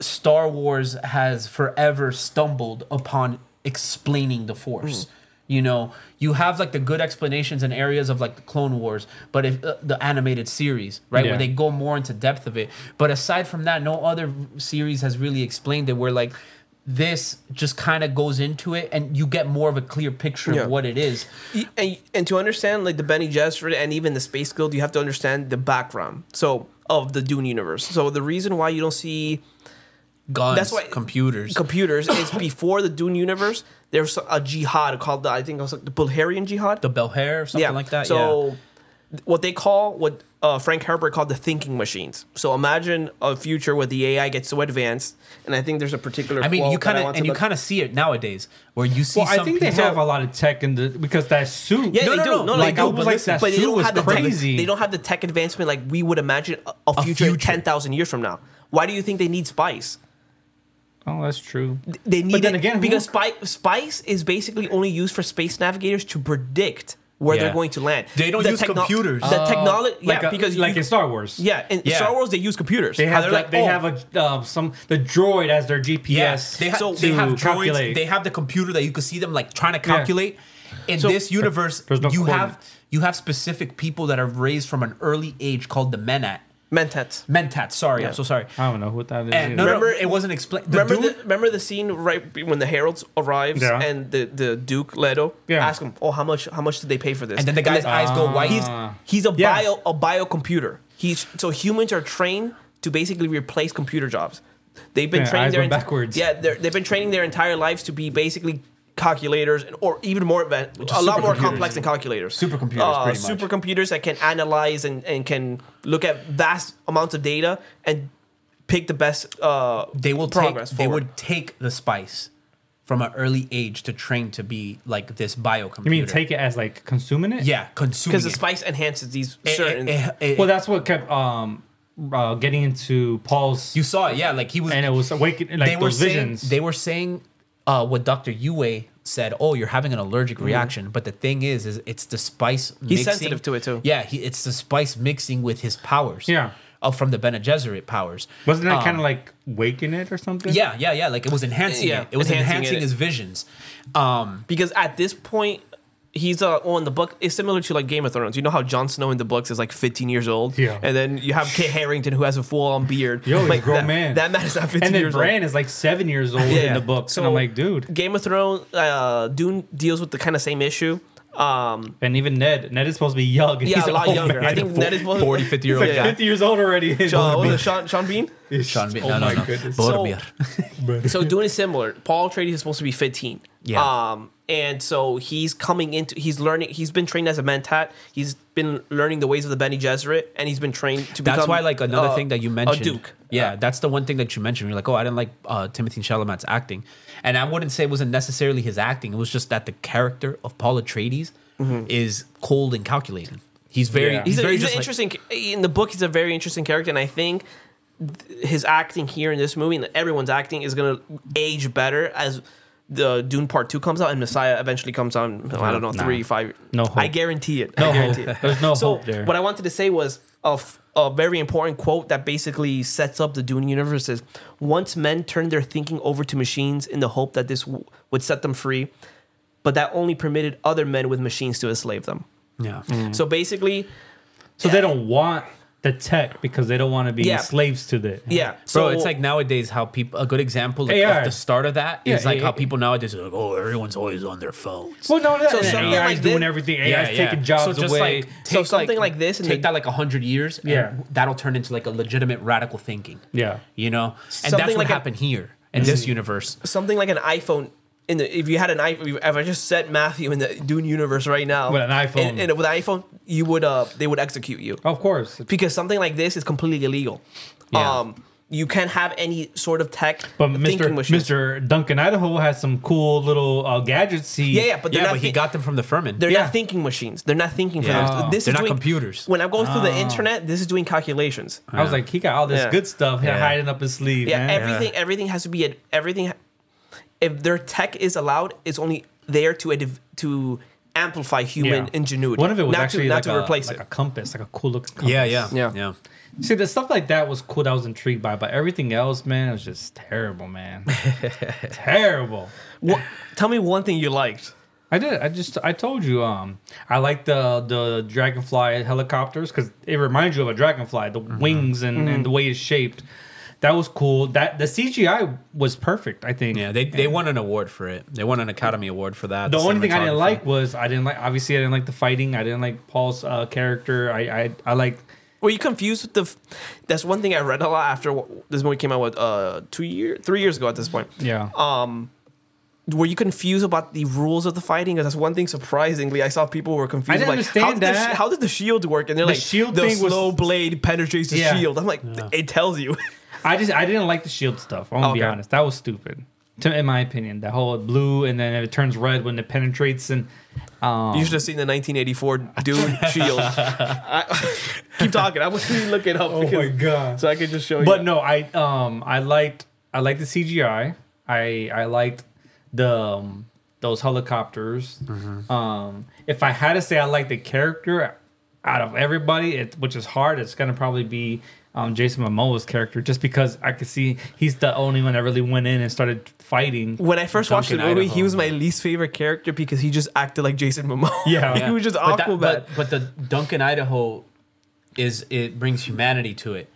Star Wars has forever stumbled upon explaining the Force.
Mm-hmm.
You know, you have like the good explanations in areas of like the Clone Wars, but if uh, the animated series, right,
Yeah.
where they go more into depth of it. But aside from that, no other series has really explained it. Where like this just kind of goes into it, and you get more of a clear picture
Yeah.
of what it is.
y- and, and to understand like the Benny Gesserit and even the Space Guild, you have to understand the background. So of the Dune universe. So the reason why you don't see
Guns,
That's why-
computers.
computers is
[COUGHS]
before the Dune universe. There's a jihad called the I think it was like the Bulgarian jihad.
the bell hair, something like that. yeah.
So th- what they call what uh, Frank Herbert called the thinking machines. So imagine a future where the AI gets so advanced, and I think there's a particular.
I mean, you
quote that
kind of
want to
and you
look-
kind of see it nowadays, where you see.
Well, I
some
think they
people-
have a lot of tech in the because that suit.
Yeah,
No,
they
no,
do.
no,
No,
like,
they
I
do,
was
but,
like,
listen,
that
but they
suit
don't
was
have the
crazy.
Tech, they don't have the tech advancement like we would imagine a, a future,
future.
ten thousand years from now. Why do you think they need spice?
Oh, that's true.
They need
But then
it
again, who-
because spi- spice is basically only used for space navigators to predict where
Yeah.
they're going to land.
They don't use computers. Oh.
The technology, yeah,
like a-
because
like
you,
in Star Wars.
yeah, in
Yeah.
Star Wars they use computers.
They have
they're
like,
like,
they
oh.
have a um, some the droid as their GPS.
Yes, they, ha-
So
they have
to
droids.
calculate.
They have the computer that you could see them like trying to calculate. In this universe,
There's no
you have
coordinates.
you have specific people that are raised from an early age called the Menat.
Mentats.
Mentat. Sorry, I'm
Yeah.
so sorry.
I don't know what that
Eh,
is.
And no,
either.
remember,
Remember-
it wasn't explained. The
remember
dude,
the remember the scene right be- when the heralds arrives
Yeah.
and the, the Duke Leto
Yeah.
ask him, "Oh, how much how much did they pay for this?"
and then the guy's eyes go white.
he's he's a
Yeah.
bio a bio computer. He's so humans are trained to basically replace computer jobs. They've been
Yeah, eyes
trained their
went
enti-
backwards.
Yeah, they're- they've been training their entire lives to be basically calculators and, or even more advanced,
are
a lot more
supercomputers.
complex than calculators.
Supercomputers,
uh,
pretty much.
supercomputers that can analyze and, and can look at vast amounts of data and pick the best. Uh,
they will take.
progress
They
forward.
would take the spice from an early age to train to be like this biocomputer.
You mean take it as like consuming it?
Yeah, consuming
because the
it.
spice enhances these
It-
certain.
it- it- it-
Well, that's what kept um uh, getting into Paul's,
you saw it, yeah. Like he was,
and it was awakening like
they were
those
saying,
visions.
They were saying uh, what Dr. Yue said, oh, you're having an allergic reaction. But the thing is, is it's the spice
Mm-hmm. He's sensitive to it, too.
Yeah, he, it's the spice mixing with his powers.
Yeah.
Uh, from the Bene Gesserit powers.
Wasn't that
Um,
kind of like waking it or something?
Yeah, yeah, yeah. Like it was enhancing
Yeah,
it. It was
enhancing
enhancing,
it.
his visions. Um,
because at this point he's uh, on the book it's similar to like game of thrones you know how Jon snow in the books is like 15 years old
Yeah.
and then you have kit harrington who has a full-on beard
Yo, he's a
like
grown
that,
man.
that man is not 15
And then
years
Bran is like seven years old in
Yeah.
the books,
So-
and I'm like, dude.
old game of thrones uh, dune deals with the kind of same issue um
And even Ned, Ned is supposed to be young. and
yeah
he's
a
an
lot
old
younger
man.
i think that is
40, 50 year old
He's like
guy.
50 years old already. [LAUGHS]
Sean, what was it, Sean, Sean Bean?
Sean Bean.
Oh
no, no,
my
no.
goodness.
Boromir.
[LAUGHS] So Dune is similar. Paul Atreides is supposed to be 15.
Yeah.
Um, and so he's coming into, he's learning, he's been trained as a Mentat. He's been learning the ways of the Bene Gesserit, and he's been trained to become.
That's why, like another
uh,
thing that you mentioned,
a Duke.
Yeah, that's the one thing that you mentioned. You're like, oh, I didn't like uh, Timothy Chalamet's acting, and I wouldn't say it wasn't necessarily his acting. It was just that the character of Paul Atreides is cold and calculating. He's very, he's,
Yeah.
Mm-hmm. He's, a,
very
he's an
just like-
interesting, in the book, he's a very interesting character, and I think th- his acting here in this movie and everyone's acting is going to age better as the Dune Part 2 comes out and Messiah eventually comes out, in, I don't know,
Nah.
three, five.
No hope.
I guarantee it.
No
I guarantee
hope.
it.
There's no
so
hope there.
what I wanted to say was a, f- a very important quote that basically sets up the Dune universe is once men turned their thinking over to machines in the hope that this w- would set them free, but that only permitted other men with machines to enslave them.
yeah.
Mm-hmm.
So basically,
So they don't want the tech because they don't want to be
Yeah.
slaves to it.
yeah.
Bro,
So
it's like nowadays how people a good example like,
AR.
of the start of that is
Yeah,
like
yeah,
how
yeah.
people nowadays are like, oh, everyone's always on their phones.
Well, no,
So
that's so
something
AI's
like
doing
this-
everything. AI's
Yeah, yeah.
taking jobs
So just,
away.
like,
So
take,
something like this and
take
then-
that like hundred years. and
Yeah.
that'll turn into like a legitimate radical thinking.
Yeah.
you know, and
Something
that's what
like a-
happened here in this universe.
something like an iPhone. In the, if you had an iPhone, if I just set Matthew in the Dune universe right now
With an iPhone.
and, and with an iPhone, you would uh they would execute you
of course.
because something like this is completely illegal.
Yeah.
Um, you can't have any sort of tech
But Mr.
thinking machines.
Mr. Duncan Idaho has some cool little uh, gadgets. He,
Yeah, yeah, but they're
yeah,
not
but he
thi-
got them from the Furman.
They're
Yeah.
not thinking machines. They're not thinking
Yeah.
for them.
Oh.
This
They're
is
not
doing,
computers. Ah.
When I'm going through the internet, this is doing calculations.
I was like, he got all this
Yeah.
good stuff
Yeah.
hiding up his sleeve.
Yeah,
man.
everything. Everything has to be ad- everything. If their tech is allowed, it's only there to ad- to amplify human
Yeah.
ingenuity.
One of it was
not
actually
to, not
like
to
a,
replace
like
it.
a compass, like a cool looking compass.
yeah, yeah,
Yeah.
yeah,
See, the stuff like that was cool. That I was intrigued by, but everything else, man, it was just
[LAUGHS]
terrible, man. terrible.
Wha- tell me one thing you liked.
I did. I just I told you. Um, I like the the dragonfly helicopters because it reminds you of a dragonfly, the
Mm-hmm.
wings and, and the way it's shaped. That was cool. That the CGI was perfect. I think.
Yeah, they they won an award for it. They won an Academy Award for that.
the only thing I didn't
cinematography.
like was I didn't like obviously I didn't like the fighting. I didn't like Paul's uh, character. I I I like
Were you confused with the? F- That's one thing I read a lot after wh- this movie came out. What, uh, two year, three years ago at this point.
yeah.
Were you confused about the rules of the fighting? 'Cause that's one thing. Surprisingly, I saw people were confused.
I didn't
like, how
understand
did the sh-
that.
how did the shield work? And they're
The
like,
shield
the
thing was-
slow blade penetrates the
Yeah.
shield. I'm like, it tells you. [LAUGHS]
I just I didn't like the shield stuff. I'm gonna be
Okay.
honest. That was stupid. To, in my opinion, the whole blue and then it turns red when it penetrates and
Um,
you should have seen the
[LAUGHS]
1984 Dune shield. I, [LAUGHS] keep talking. I was really looking up.
Oh
because-
god.
So I could just show you.
But no, I um I liked I liked the CGI. I I liked the um, those helicopters. Um, if I had to say I like the character out of everybody, it which is hard, it's gonna probably be um, Jason Momoa's character, just because I could see he's the only one that really went in and started fighting.
when I first watched the
Duncan
movie, he
Idaho.
was my least favorite character because he just acted like Jason Momoa. [LAUGHS]
Yeah.
he was just
But that-
Aquaman.
But, but the Duncan Idaho is it brings humanity to it.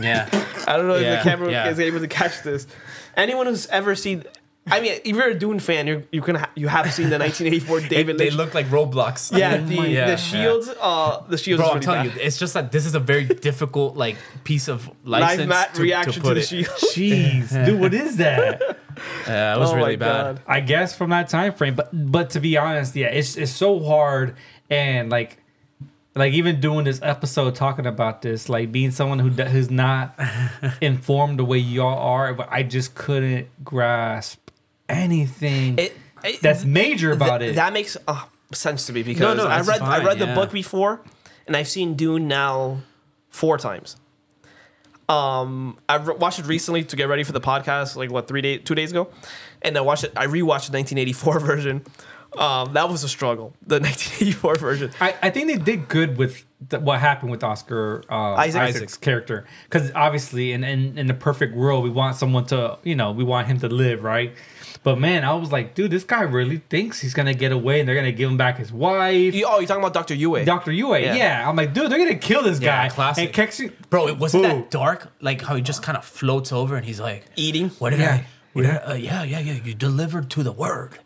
Yeah,
I don't know
Yeah,
if the camera
yeah.
is able to catch this. Anyone who's ever seen, I mean, if you're a Dune fan, you're, you can ha- you have seen the 1984 David
they
Lynch.
look like Roblox. [LAUGHS]
yeah, the,
Yeah, yeah.
the shields. Uh, the shields.
Bro,
is
I'm
really
telling
bad.
you, it's just that this is a very difficult like piece of license
Live Matt
to,
reaction
to
to,
put
the
it.
shield.
Jeez, dude, what is that?
Yeah, it was
Oh
really
my
bad.
God.
I guess from that time frame. But but to be honest, yeah, it's it's so hard and like like even doing this episode talking about this, like being someone who do- who's not informed the way y'all are, but I just couldn't grasp anything
It- it-
that's major about
Th-
it.
That makes uh, sense to me because
no,
I
that's
read I
fine,
read the
yeah.
book before, and I've seen Dune now four times. Um, I re- watched it recently to get ready for the podcast, like what three days, two days ago, and I watched it. I rewatched the 1984 [LAUGHS] version. Um, that was a struggle. The [LAUGHS] 1984 version.
I, I think they did good with th- what happened with Oscar uh,
Isaac.
Isaac's
Isaac.
character because obviously in, in in the perfect world we want someone to you know we want him to live right. But man, I was like, dude, this guy really thinks he's gonna get away and they're gonna give him back his wife.
You, oh, you're talking about Doctor Yue?
Dr. Yue, yeah.
Yeah.
I'm like, dude, they're gonna kill this
Yeah,
guy.
classic.
And Kexi,
Bro, it wasn't
Boom.
that dark. Like how he just kind of floats over and he's like
Eating?
What did
Yeah.
I? What did I- uh, yeah, yeah, yeah. You delivered to the word.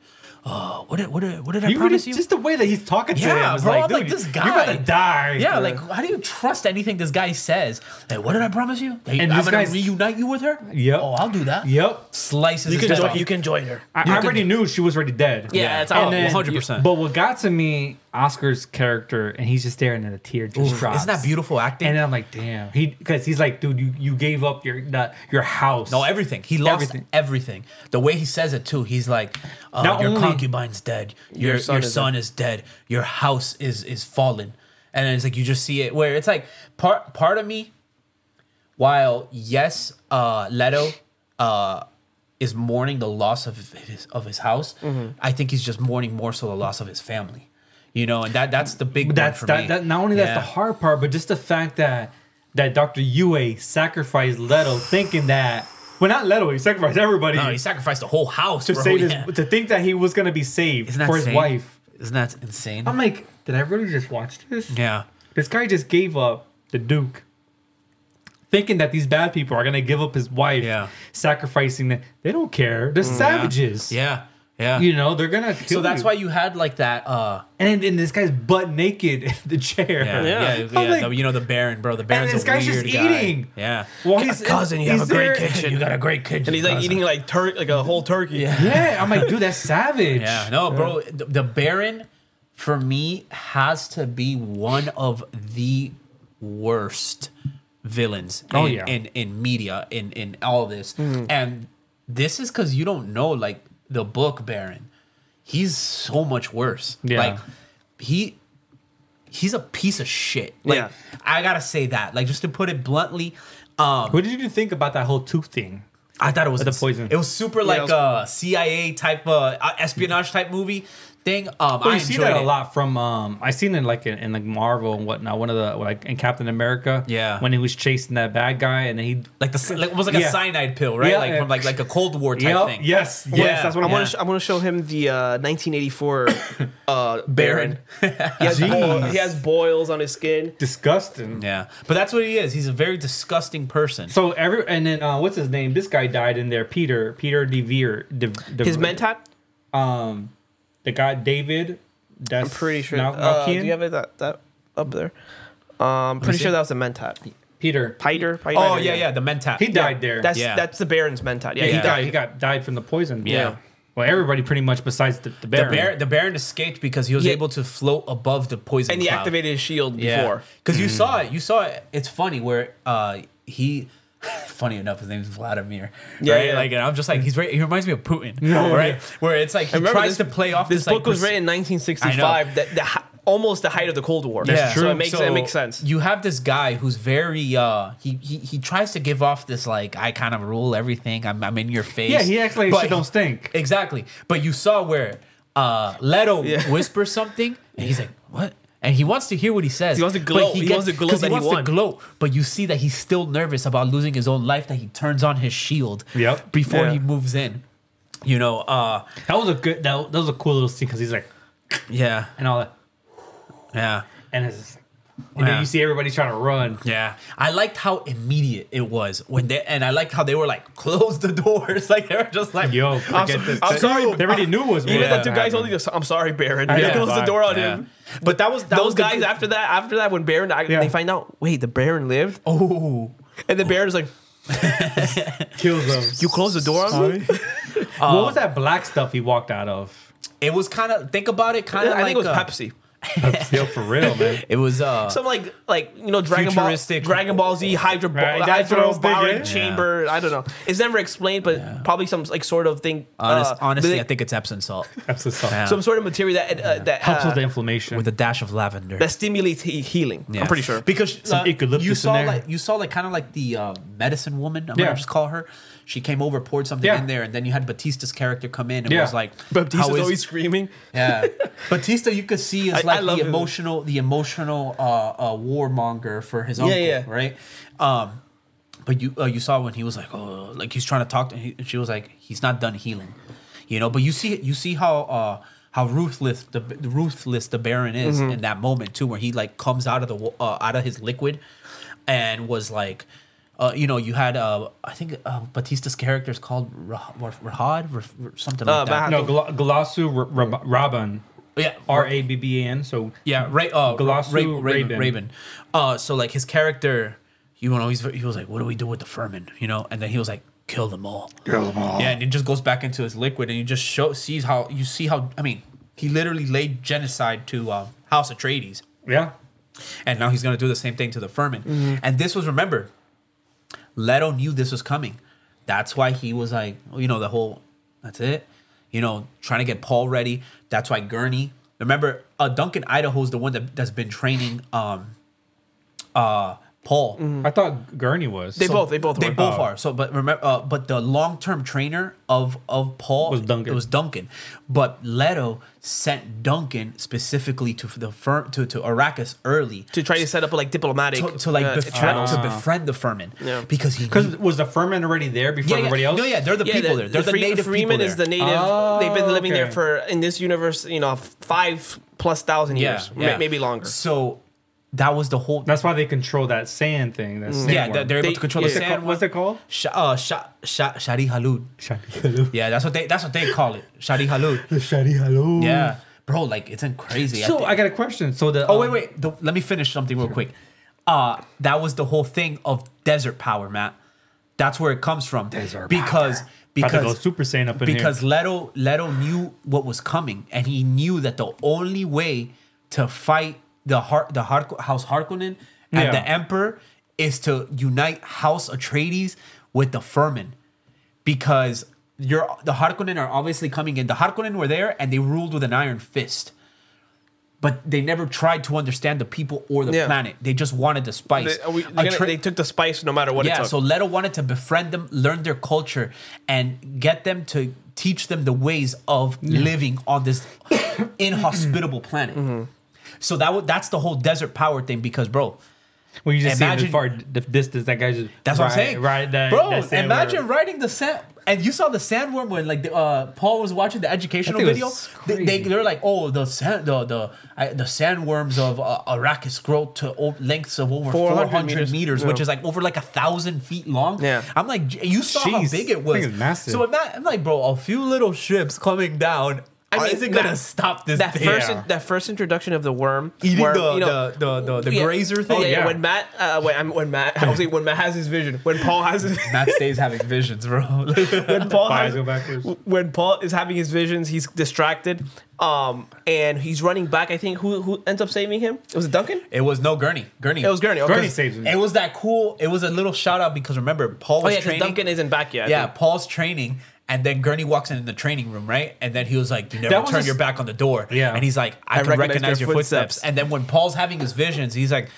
Uh, what did what did, what did I
you really,
promise you?
just the way that he's talking to
Yeah,
him is
bro,
like,
I'm
dude,
like, this
you're about
guy.
to die.
yeah,
bro.
like how do you trust anything this guy says? Like, what did I promise you? That
And
I'm
this
gonna
guy's-
reunite you with her.
Yep.
Oh, I'll do that.
yep.
Slices.
You
his
can
head
join,
off.
you can join her.
I, I already knew she was already dead.
Yeah, that's
And
how.
then-
Then,
100%.
But what got to me, Oscar's character, and he's just there, and then a tear just drops.
Isn't that beautiful acting?
uh,
And then I'm like, damn, he because he's like, dude, you, you gave up your the, your house.
No, everything. He lost
Everything.
everything. The way he says it too. He's like, uh,
Not
"Your
only-
concubine's dead. Your your son, is, dead. Your house is is fallen." And then it's like you just see it where it's like part part of me. While yes, uh, Leto uh, is mourning the loss of his of his house,
Mm-hmm.
I think he's just mourning more so the loss of his family. You know, and that that's the big.
that's
one for
that,
me.
that. Not only that's
Yeah.
the hard part, but just the fact that that Dr. Yue sacrificed Leto, thinking that well, not Leto, he sacrificed everybody
No, he sacrificed the whole house
[LAUGHS] to
bro. [LAUGHS]
save
Yeah.
his to think that he was gonna be saved
Isn't that
for his
insane?
wife.
Isn't that insane?
I'm like, did I really just watch this?
yeah.
This guy just gave up the Duke, thinking that these bad people are gonna give up his wife,
Yeah. Mm.
sacrificing them. They don't care. They're savages.
Yeah. Yeah.
You know, they're gonna kill
so that's
you.
why you had like that. uh
and then and this guy's butt naked [LAUGHS] in the chair.
Yeah. Yeah. yeah,
I'm like-
the- you know the Baron, bro. The Baron's
this
a
guy's just
weird guy.
eating.
Yeah.
Well, he's
cousin, you have
he's
a great
there-
kitchen.
You got a great kid.
and he's like eating like tur- like a whole turkey. Yeah.
Yeah, I'm like, dude, that's savage.
Yeah. No, bro. The, the Baron, for me, has to be one of the worst villains.
Oh,
in,
yeah. Mm-hmm.
In in media, in in all this, and this is because you don't know like the book Baron. He's so much worse.
Yeah.
Like he he's a piece of shit. Like
Yeah.
I gotta say that. Like just to put it bluntly, um
What did you think about that whole tooth thing?
I thought it was
The
ins-
poison.
It was super like
it was-
uh CIA type uh espionage type movie thing. Um
Well,
I
you see
enjoyed
that
it.
a lot from um I seen it like in, in like Marvel and whatnot. One of the like in Captain America.
Yeah.
When he was chasing that bad guy and then he
Like the like it was like
Yeah.
a cyanide pill, right?
Yeah,
like
yeah.
from like like a Cold War type
Yep,
thing. Oh,
Yes, yes,
Yeah.
that's what
I
I'm
want
Yeah.
to. Sh- I want to show him the uh,
[COUGHS]
1984 uh,
Baron.
He
[LAUGHS]
has, boil-
Jeez.
he has boils on his skin.
disgusting.
Yeah. But that's what he is. He's a very disgusting person.
So every and then uh, what's his name? This guy died in there. Peter Peter Devere. De, De,
His mentat.
Um, the guy David. That's
I'm pretty sure.
Mal-
uh, do
Malkian?
you have it that that up there? Um, pretty sure that was a mentat.
Peter.
Piter. Piter
oh yeah, yeah, the mentat.
He
Yeah.
died there.
That's
Yeah.
that's the Baron's mentat. Yeah,
he
he
Yeah.
died.
died.
He got died from the poison.
Yeah.
Well, everybody pretty much besides the, the
the
Baron.
Baron, the Baron escaped because he was
Yeah.
able to float above the poison.
And he
cloud.
activated his shield before.
Because you saw
Hmm.
it. You saw it. It's funny where uh, he. [LAUGHS] Funny enough, his name's Vladimir.
Yeah,
right?
yeah.
Like, and I'm just like, he's right. He reminds me of
[LAUGHS]
Putin. right? Where it's like he
Remember
tries
this-
to play off this,
This book
like,
was
pers-
written in 1965. That the hi- almost the height of the Cold War.
That's
So
true.
it makes
So
it makes sense.
You have this guy who's very uh he he, he tries to give off this like I kind of rule everything. I'm, I'm in your face.
Yeah, he acts like
But
shit don't stink.
Exactly. But you saw where uh Leto
[LAUGHS]
whispers something and he's like, "What?" And he wants to hear what he says.
He wants to
but
gloat. He wants to gloat
'cause
that he won.
gloat, but you see that he's still nervous about losing his own life that he turns on his shield
Yep.
before
Yeah.
he moves in. You know, uh
That was a good. That, was- that was a cool little scene because he's like
yeah.
and all that,
Yeah.
and it's just,
Yeah.
and then you see everybody trying to run.
Yeah, I liked how immediate it was when they, and I liked how they were like, [LAUGHS] close the doors, [LAUGHS] like they were just like, [LAUGHS]
Yo,
I'm,
forget
so-
this.
I'm
They-
sorry.
They already knew what was
Even
Yeah.
the two guys holding the. I'm sorry, Baron. They
know.
closed the door on
Yeah.
him.
But that was that
Those
was the-
guys after that, after that, when Baron, I,
Yeah.
they find out. Wait, the Baron lived,
Oh,
and the Baron's like,
kills them.
"You closed the door
[LAUGHS]
on me."
what was that black stuff he walked out of?
[LAUGHS]
it was kind of think about it, kind
I
of.
think it was
like uh, a-
Pepsi.
Yo, for real, man.
It was uh,
Some like like you know Dragon Ball,
Futuristic.
Dragon Ball Z Hydro
Right, that's what I
Hydro
was
Baric
thinking.
chamber. I don't know. It's never explained, but probably some like sort of thing.
honest,
uh,
honestly,
they-
I think it's Epsom salt [LAUGHS]
That's the song.
Yeah.
some sort of material that uh, that
Helps
uh,
with the inflammation.
with a dash of lavender.
that stimulates he- healing.
Yeah.
I'm pretty sure.
because
Some eucalyptus
you
in
saw
there.
like you saw like kind of like the uh, medicine woman. I'm
Yeah.
gonna just call her. She came over, poured something
Yeah.
in there, and then you had Batista's character come in and
Yeah.
was like,
Baptista's
how is-
always screaming.
yeah." [LAUGHS] Batista, you could see
I-
is
I
like
love
the
him.
emotional, the emotional uh, uh, warmonger for his uncle,
yeah.
right? Um, but you uh, you saw when he was like, "Oh," like he's trying to talk to, and, he, and she was like, "He's not done healing," you know. But you see you see how. Uh, how ruthless the ruthless the Baron is
Mm-hmm.
in that moment too, where he like comes out of the wa- uh, out of his liquid, and was like, uh, you know, you had uh, I think uh, Batista's character is called Rah- Rahad, Rah- Rah- something like
Uh,
that.
no, Gla- Galasu R- Rab- Raban.
yeah,
R A B B A N. So
yeah, Ray, uh,
Glossu
Ray, Raven.
Raven.
Raven. Uh, so like his character, you know, he's, he was like, "What do we do with the vermin?" You know, and then he was like, "Kill them all." Kill them all. Yeah, and it just goes back into his liquid, and you just show sees how you see how I mean, he literally laid genocide to um, House Atreides,
yeah,
and now he's gonna do the same thing to the vermin.
Mm-hmm.
And this was remember, Leto knew this was coming. That's why he was like, you know, the whole that's it. You know, trying to get Paul ready. That's why Gurney. Remember, uh, Duncan Idaho's the one that, that's been training um uh Paul.
I thought Gurney was.
Mm-hmm. They both. They both.
They
were. Oh.
both are. So, but remember, uh, but the long-term trainer of of Paul
Was Duncan.
It was Duncan, but Leto sent Duncan specifically to the firm to to Arrakis early
to try to set up like diplomatic
to, to like
uh,
befriend,
Ah.
channels.
to befriend the Furman
Yeah.
because he
because was the Furman already there before
yeah,
everybody
yeah.
else?
No, yeah, they're the people there. They're the,
Free-
native
Freeman
people
is
there.
the native. They've been living there
okay.
for in this universe, you know, f- five plus thousand years, ma- maybe longer.
So that was the whole.
That's why they control that sand thing. That sand
Mm. yeah, they're, they're able
They-
to control
yeah.
the sand.
What's it called?
Sh- uh, sh- sh- Shari Halud. Yeah, that's what they that's what they call it. Shari Halud. Yeah, bro, like it's in crazy. I
Hmm. So
think-
I got a question. So the
Oh wait,
um,
wait. The, let me finish something real quick. Uh, that was the whole thing of desert power, Matt. That's where it comes from. Desert because
About to go
because
Super Saiyan up in
because Leto Leto knew what was coming, and he knew that the only way to fight the Har- the Har- House Harkonnen and
Yeah.
the Emperor is to unite House Atreides with the Furman, because you're, the Harkonnen are obviously coming in. The Harkonnen were there, and they ruled with an iron fist. But they never tried to understand the people or the
Yeah.
planet. They just wanted the
they,
spice.
are we,
A
they're gonna-
tra-
they took the spice no matter what it
yeah,
took.
so Leto wanted to befriend them, learn their culture, and get them to teach them the ways of living on this [COUGHS] inhospitable planet. So that w- that's the whole desert power thing because, bro,
here. Well, you just see
imagine-
the far d- the distance. That guy just
that's what I'm
right-
saying.
Right, that,
bro,
that sand
imagine
where-
riding the sand. And you saw the sandworm when like the, uh, Paul was watching the educational
That thing
video.
was
They, they
crazy.
they're like, oh, the sand, the the I, the sandworms of uh, Arrakis grow to o- lengths of over four
400
hundred meters,
meters.
which
Yeah.
is like over like a thousand feet long.
Yeah.
I'm like, j- you saw how
Jeez,
big it
that
was.
thing is massive.
So I'm, not, I'm like, bro, a few little ships coming down.
I mean,
isn't gonna
that-
stop this.
that
thing.
first
Yeah.
that first introduction of the worm
Eating
worm,
the- the- the- the- the
yeah.
grazer thing?
Oh, yeah,
Yeah.
when Matt uh, when, I'm- when Matt I was like, when Matt has his vision when Paul has his
Matt stays having visions, bro.
[LAUGHS] when Paul
Eyes
has-
go backwards.
when Paul is having his visions he's distracted um and he's running back I think who who ends up saving him was it Duncan
it was no Gurney. Gurney.
it was Gurney okay.
Gurney saves him.
It was that cool. It was a little shout out because remember Paul
oh
was
yeah 'cause
training.
Duncan isn't back yet I
yeah,
think.
Paul's training, and then Gurney walks in the training room, right? And then he was like, "You
That
never
was
turn
a-
your back on the door."
Yeah.
and he's like, "I,
I
can
recognize
recognize,
your
your footsteps.
footsteps.
And then when Paul's having his visions, he's like.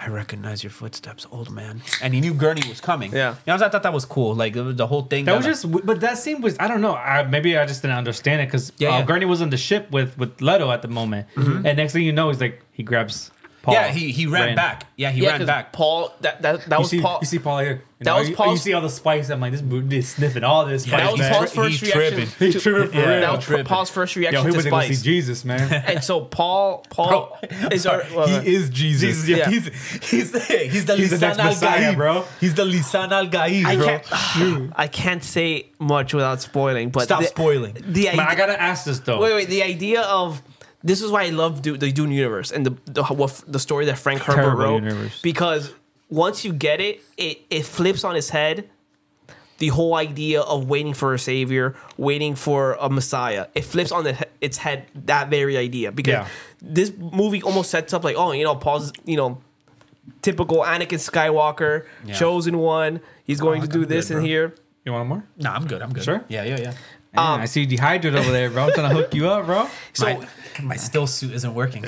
I recognize your footsteps, old man. And he knew Gurney was coming.
Yeah.
You know, I thought that was cool. Like, it was the whole thing.
That was just, w- but that scene was. I don't know. I, maybe I just didn't understand it because
Yeah, yeah.
Gurney was on the ship with with Leto at the moment,
Mm-hmm.
and next thing you know, he's like he grabs Paul.
Yeah, he, he ran, back. Yeah, he
yeah
ran
'cause
back.
Paul that that, that
You
was
see,
Paul
you see Paul here. You
That
know,
was
you, you
Paul's-
see all the spice. I'm like, this dude is sniffing all this spice.
that was
man.
Paul's
He
first
tripping.
reaction
[LAUGHS]
[LAUGHS]
He
to-
tripping for real.
that was
Tripping.
Paul's first
Yo,
reaction
he
to
wasn't gonna see
spice
Jesus, man.
and so Paul Paul is
[LAUGHS]
our, [LAUGHS] well, uh,
he is Jesus.
Jesus,
[LAUGHS]
yeah.
He's, he's, he's the
He's the
Lisan
next
al
Messiah,
Gaib,
bro.
He's the Lisan al
I
Gaib, bro.
can't, [SIGHS] I can't say much without spoiling, but
Stop
the,
spoiling.
The
Man, I
idea,
gotta ask this though.
wait, wait, the idea of this is why I love Dune, the Dune universe and the the, what, the story that Frank Herbert
Terrible
wrote
universe.
because once you get it, it it flips on its head the whole idea of waiting for a savior, waiting for a messiah. It flips on the, he- its head that very idea because
Yeah.
this movie almost sets up like, oh, you know, Paul's, you know, typical Anakin Skywalker,
Yeah.
chosen one. He's going
Oh,
to do
I'm
this
good,
and
bro.
here.
You want more?
No, I'm good. I'm good.
Sure?
Yeah, yeah, yeah.
Um,
Man, I see you dehydrated over there, bro. I'm trying to hook you up,
[LAUGHS]
bro.
So,
my, my still suit isn't working.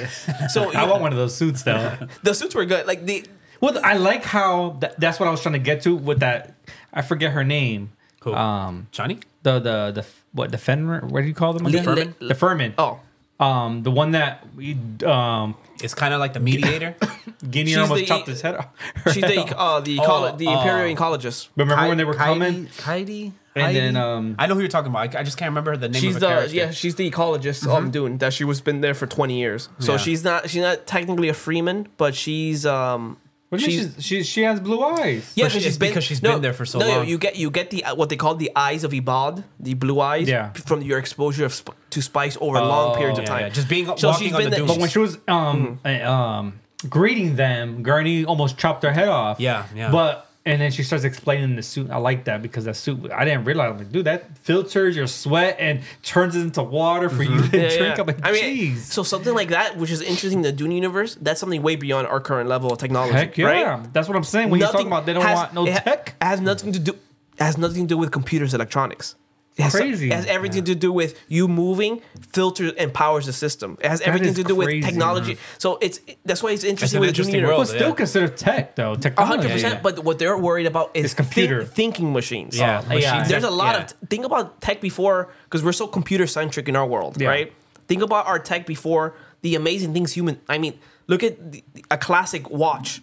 so
[LAUGHS] I want one of those suits though.
the suits were good. Like the
well, I like how tha- that's what I was trying to get to with that. I forget her name.
Who?
Um,
[LAUGHS] Johnny?
the the the what the Fenrir? What do you call them? again?
Furman?
The Furman.
oh,
Um, the one that we um
It's kind of like the mediator.
Gideon
She's
almost
the-
chopped his head off. her
she's
head
the
[LAUGHS]
off.
uh, the
Oh,
colo- the Imperial
uh,
oncologist.
[LAUGHS] Remember
Ki-
when [COUGHS] they were
Kylie-
coming?
Kylie?
And then
Heidi?
um,
I know who you're talking about. I, I just can't remember the name
She's
of the
the
character.
yeah, she's the ecologist
Mm-hmm.
of Dune that she was been there for twenty years. So
Yeah.
she's not she's not technically a Freeman, but she's um
what do you mean
she's-
she's, she she has blue eyes.
yeah,
But it's because she's been there for so long.
you get you get the uh, what they call the eyes of Ibad, the blue eyes,
Yeah.
from your exposure of sp- to spice over long periods of
Oh, yeah,
time.
yeah. Just being
So
walking
she's
on
been
the
the-
dunes.
But
[LAUGHS]
when she was um
Mm-hmm.
uh, um greeting them, Gurney almost chopped her head off.
Yeah, yeah.
But and then she starts explaining the suit. I like that because that suit. I didn't realize. I'm like, dude, that filters your sweat and turns it into water for you to
Mm-hmm. Yeah, yeah,
drink.
yeah.
I'm like,
I mean,
jeez.
so something like that, which is interesting in the Dune universe, that's something way beyond our current level of technology,
Heck yeah,
right?
that's what I'm saying. When you're talking about they don't
has-
want no
it ha-
tech.
It has nothing to do. It has nothing to do with computers, electronics. It has,
Crazy.
It has everything to do with you moving, filters, and powers the system. It has everything
is
to do
crazy.
with technology. So it's that's why it's interesting
an
with the Dune
interesting
universe.
world.
But still
yeah.
considered tech though.
Oh, A hundred
Technology.
percent.
yeah.
But what they're worried about is
It's Oh, computer.
think- thinking machines.
Yeah,
Oh, yeah.
machines
There's a
that-
lot
yeah.
of think about tech before because we're so computer centric in our world,
Yeah.
right? Think about our tech before the amazing things human. I mean, look at the, a classic watch,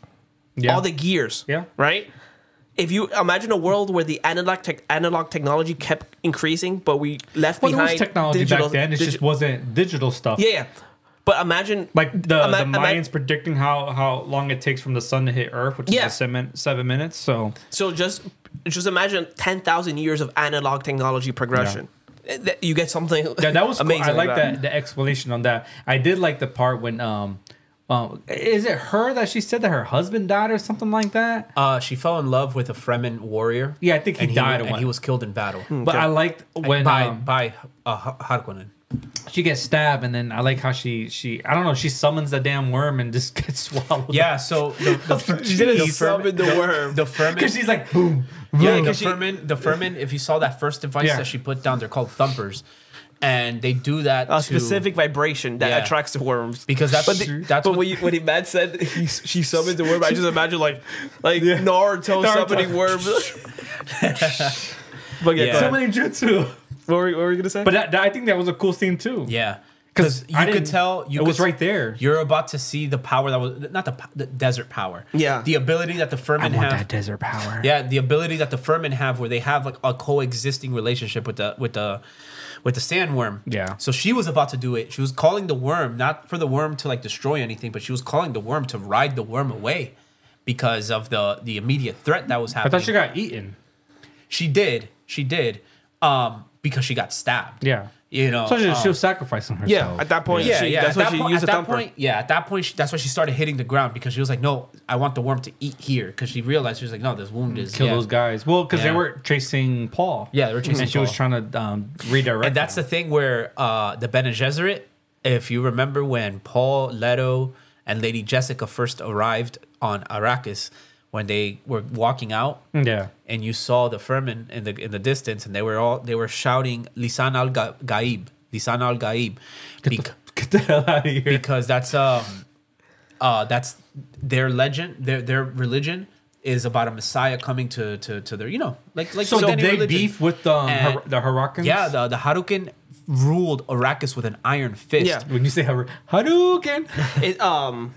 Yeah.
all the gears,
Yeah.
right? If you imagine a world where the analog tech, analog technology kept increasing, but we left
well, there was
behind
technology
digital-
back then. It
digi-
just wasn't digital stuff.
yeah, yeah. But imagine
Like the,
ima-
the
ima-
Mayans predicting how, how long it takes from the sun to hit Earth, which
Yeah.
is seven, seven minutes. So
So just just imagine ten thousand years of analog technology progression. Eh, that- You get something.
Yeah, that
[LAUGHS]
was
amazing.
Cool. I like that. the explanation on that. I did like the part when um, um, is it her that she said that her husband died or something like that?
Uh, she fell in love with a Fremen warrior.
Yeah, I think he
and
died
He,
one.
and he was killed in battle
But I liked Hmm. when
by
um,
by uh, Har- Harkonnen.
she gets stabbed, and then I like how she she I don't know she summons the damn worm and just [LAUGHS] gets swallowed.
Yeah, so the,
[LAUGHS]
the,
She didn't
the
summon the worm.
The Fremen.
because she's like boom.
Yeah, the
'cause she-
Furman, the Furman, if you saw that first device
Yeah.
that she put down, they're called thumpers. And they do that
A
to-
specific vibration that
Yeah.
attracts the worms.
because that's
but,
the,
the,
that's
but
what
when, you, when the man said [LAUGHS] he, she summoned the worm, I just
[LAUGHS]
imagine like like Naruto,
Naruto.
summoning
[LAUGHS]
worms. but yeah,
Yeah.
go
So
ahead.
many jutsu.
what, were, what were you gonna say?
But that, that- I think that was a cool scene too.
yeah.
'Cause
Because you
I
could
didn't-
tell you
it
could
was
s-
right there.
You're about to see the power that was not the, p- the desert power.
Yeah.
the ability that the
I
Furman
want
have.
that desert power.
Yeah, the ability that the Furman have, where they have like a coexisting relationship with the with the with the sandworm.
Yeah.
So she was about to do it. She was calling the worm, not for the worm to like destroy anything, but she was calling the worm to ride the worm away because of the the immediate threat that was
I
happening.
thought she got eaten.
She did. She did. Um, because she got stabbed.
Yeah.
You know.
So she, she
um,
was sacrificing herself.
yeah, at that point,
yeah,
she,
yeah.
that's
at
why
that,
she
point,
used
at that
a thumper.
point, yeah, at that point, she, that's why she started hitting the ground because she was like, "No, I want the worm to eat here." Because she realized she was like, "No, this
Mm,
wound is
kill
yeah.
those guys. Well, because
Yeah.
they were chasing Paul.
Yeah, they were chasing
And she was
Paul.
trying to um, redirect.
And that's the thing where uh, the Bene Gesserit, if you remember when Paul Leto and Lady Jessica first arrived on Arrakis, when they were walking out,
the yeah.
and you saw the Furman in the in the distance, and they were all they were shouting "Lisan al Ga- Gaib, Lisan al Gaib," bec-
[LAUGHS] Get the hell out of here.
because that's um, uh, that's their legend, their their religion is about a Messiah coming to to to their you know like like
so
with any
they
religion.
beef with um,
And-
Har- the Harakans.
Yeah, the, the Harukin ruled Arrakis with an iron fist.
Yeah.
when you say Har- Hadouken,
It, [LAUGHS] um,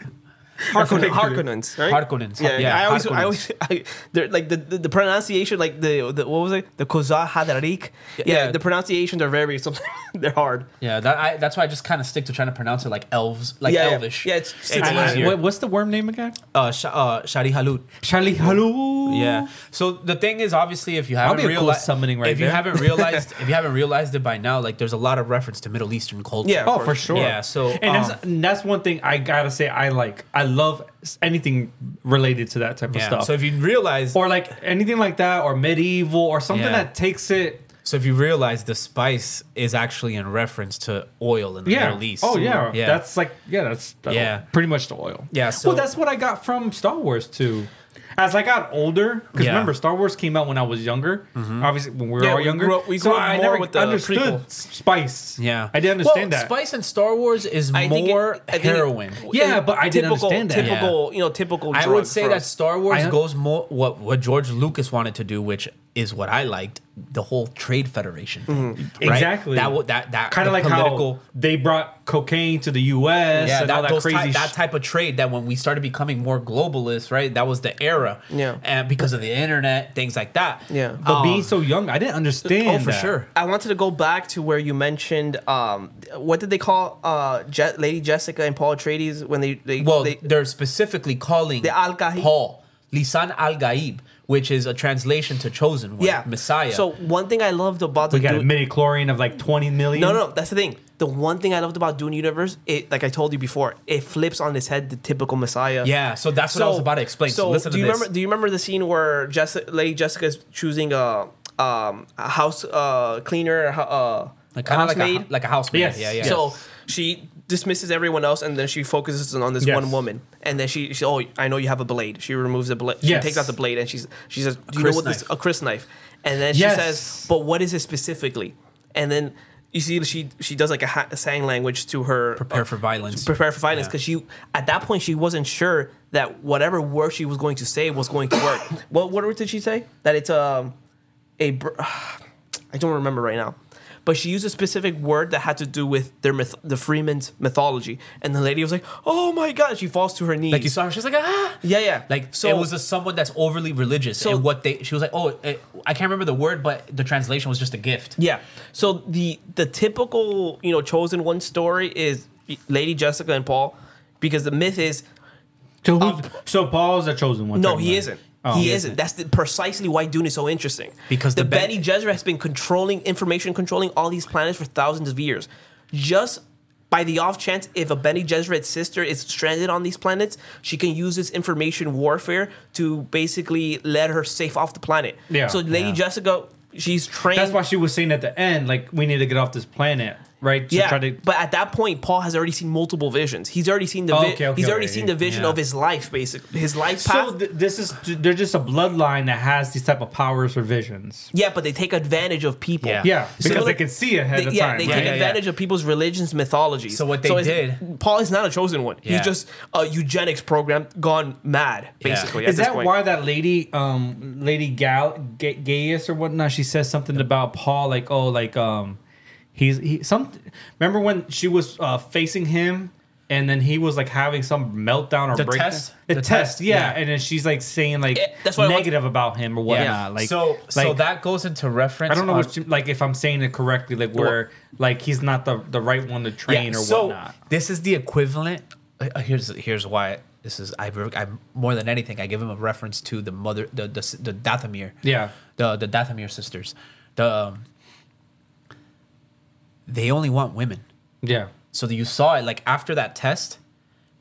Harkonnen, Harkonnens, right?
Harkonnens,
Yeah,
yeah,
I always,
Harkonnens.
I always, I, they're like the, the the pronunciation, like the, the what was it, the Kozah Hadarik. Yeah,
yeah.
the pronunciations are very, [LAUGHS] sometimes they're hard.
Yeah, that, I, that's why I just kind of stick to trying to pronounce it like elves, like
Yeah, yeah.
elvish.
Yeah, it's-
it's,
it's
I-
easier.
what- what's the worm name again?
Uh, Sh- uh, Shari Halut.
Charlie Halu.
Yeah. So the thing is, obviously, if you
be
haven't
a cool
realized
summoning right
if you
there. [LAUGHS]
haven't realized if you haven't realized it by now, like there's a lot of reference to Middle Eastern culture.
Yeah.
Oh, for sure.
Yeah, so,
and that's
um,
and that's one thing I gotta say I like. I love s- anything related to that type of
Yeah.
stuff.
So if you realize,
or like anything like that, or medieval, or something
Yeah.
that takes it.
so if you realize, the spice is actually in reference to oil in the
Yeah.
Middle East.
Oh yeah.
yeah.
That's like yeah. That's the-
Yeah.
Pretty much the oil.
Yeah, so-
well, that's what I got from Star Wars too. As I got older, because
Yeah.
remember Star Wars came out when I was younger. Obviously, when we were
Mm-hmm. Yeah,
all
we
younger,
grew up- we grew up
I
more
never
with the
understood
prequel.
spice.
yeah.
I didn't understand
well,
that.
Spice in Star Wars is
I think it-
more
I think it-
heroin.
Yeah, but I didn't
typical,
understand that.
Typical, you know, typical.
I
drug
would say
for
that
us.
Star Wars
I-
goes more what what George Lucas wanted to do, which is what I liked the whole Trade Federation thing. right?
Mm-hmm. Exactly.
That wa- that that
kind
the
of like
political.
how they brought cocaine to the U.S.
yeah,
and
that,
all that
those
crazy.
ty-
sh-
that type of trade that when we started becoming more globalist, right? That was the era.
Yeah.
And because of the internet, things like that.
Yeah.
but
Um,
being so young, I didn't understand.
oh, for
that.
sure.
I wanted to go back to where you mentioned um, what did they call uh, Je- Lady Jessica and Paul Atreides when they they,
Well,
they
they, are specifically calling
The Al-Ghaib.
Paul Lisan Al Gaib, which is a translation to chosen one,
yeah
Messiah.
So one thing I loved about
We
the
got
Du-
a midi chlorine of like twenty million.
no, no, no, that's the thing. The one thing I loved about Dune Universe, it like I told you before, it flips on its head the typical Messiah.
yeah, so that's what I was about to explain. So, listen to
do you
this.
remember? Do you remember the scene where Jessica, Lady Jessica is choosing a um a house uh cleaner, a, hu- uh,
like,
a
kind of like
housemaid?
a, like a housemaid.
Yes.
Yeah, yeah.
So she dismisses everyone else, and then she focuses on this
Yes.
one woman. And then she, she, oh, I know you have a blade. She removes the blade.
Yes.
She takes out the blade, and she's she says, do you know
Chris
what this
knife.
a Chris knife? And then
Yes.
she says, but what is it specifically? And then you see she she does like a, ha- sign language to her uh,
prepare for violence.
prepare for violence
Yeah.
because she at that point she wasn't sure that whatever word she was going to say was going to work. what what word did she say? That it's um a br- [SIGHS] I don't remember right now. But she used a specific word that had to do with their myth- the Freeman's mythology, and the lady was like, "Oh my god!" She falls to her knees.
Like you saw her, she's like ah.
yeah, yeah.
Like so, it was a someone that's overly religious,
So-
and what they she was like, oh, it, I can't remember the word, but the translation was just a gift.
Yeah. So the the typical you know chosen one story is Lady Jessica and Paul, because the myth is
So, who,
Um,
so Paul's a chosen one.
No,
technically.
he isn't.
Oh.
he isn't. That's the, precisely why Dune is so interesting.
Because
the,
the Ben-
Betty Jezra has been controlling information, controlling all these planets for thousands of years. Just by the off chance, if a Benny Gesserit sister is stranded on these planets, she can use this information warfare to basically let her safe off the planet.
Yeah.
So Lady
Yeah.
Jessica, she's trained.
That's why she was saying at the end, like, we need to get off this planet, right? To
yeah,
Try to,
but at that point, Paul has already seen multiple visions. He's already seen the
Oh,
vi-
okay, okay,
he's already
okay.
seen the vision
Yeah.
of his life, basically his life path.
so th- this is they're just a bloodline that has these type of powers or visions.
yeah, but they take advantage of people.
Yeah.
Yeah, because
Similar-
they can see ahead
They-
of
yeah,
time.
they
right?
take
yeah, yeah.
advantage of people's religions, mythologies.
So what they
it's-
did-
Paul is not a chosen one.
Yeah.
He's just a eugenics program gone mad, basically.
Is
at
that
this point.
why that lady, um, Lady Gal Ga- Gaius or whatnot? She says something about Paul, like, oh, like, um, he's he some. Remember when she was uh, facing him, and then he was like having some meltdown or
The
breakdown?
test?
the,
The
test,
test,
yeah.
yeah.
And then she's like saying like
Eh, that's what I want-
negative about him or whatnot. Like
so, so
like,
that goes into reference.
I don't know
on-
what you, like if I'm saying it correctly, like where like he's not the the right one to train or
so
whatnot.
This is the equivalent. uh, Here's here's why this is. I re- I more than anything, I give him a reference to the mother, the the, the Dathomir.
Yeah.
The the Dathomir sisters. The um, they only want women.
Yeah.
So that you saw it like after that test,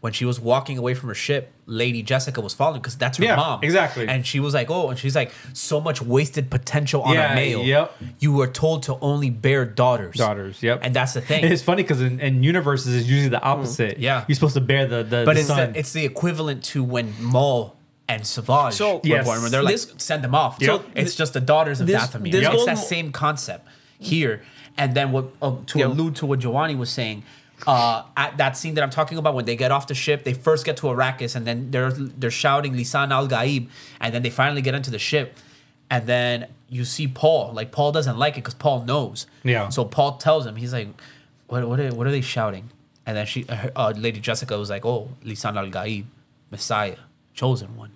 when she was walking away from her ship, Lady Jessica was following because that's her
Yeah,
mom.
exactly.
And she was like, oh, and she's like, so much wasted potential on
Yeah,
a male.
yep.
You were told to only bear daughters.
Daughters, yep.
And that's the thing.
[LAUGHS] It's funny because in, in universes it's usually the opposite.
Yeah.
You're supposed to bear the the,
But
the
it's
son.
the, it's the equivalent to when Maul and Savage
So-
were
Yes.
born, where they're like,
This-
send them off.
Yep.
So it's just the daughters of
This-
Dathomir.
this
It's
whole-
that same concept here. And then what uh, to
Yep.
allude to what Giovanni was saying, uh, at that scene that I'm talking about, when they get off the ship, they first get to Arrakis, and then they're they're shouting Lisan al Gaib, and then they finally get into the ship, and then you see Paul. Like Paul doesn't like it because Paul knows.
Yeah.
So Paul tells him, he's like, "What? What are, what are they shouting?" And then she, her, uh, Lady Jessica, was like, "Oh, Lisan al Gaib, Messiah, chosen one.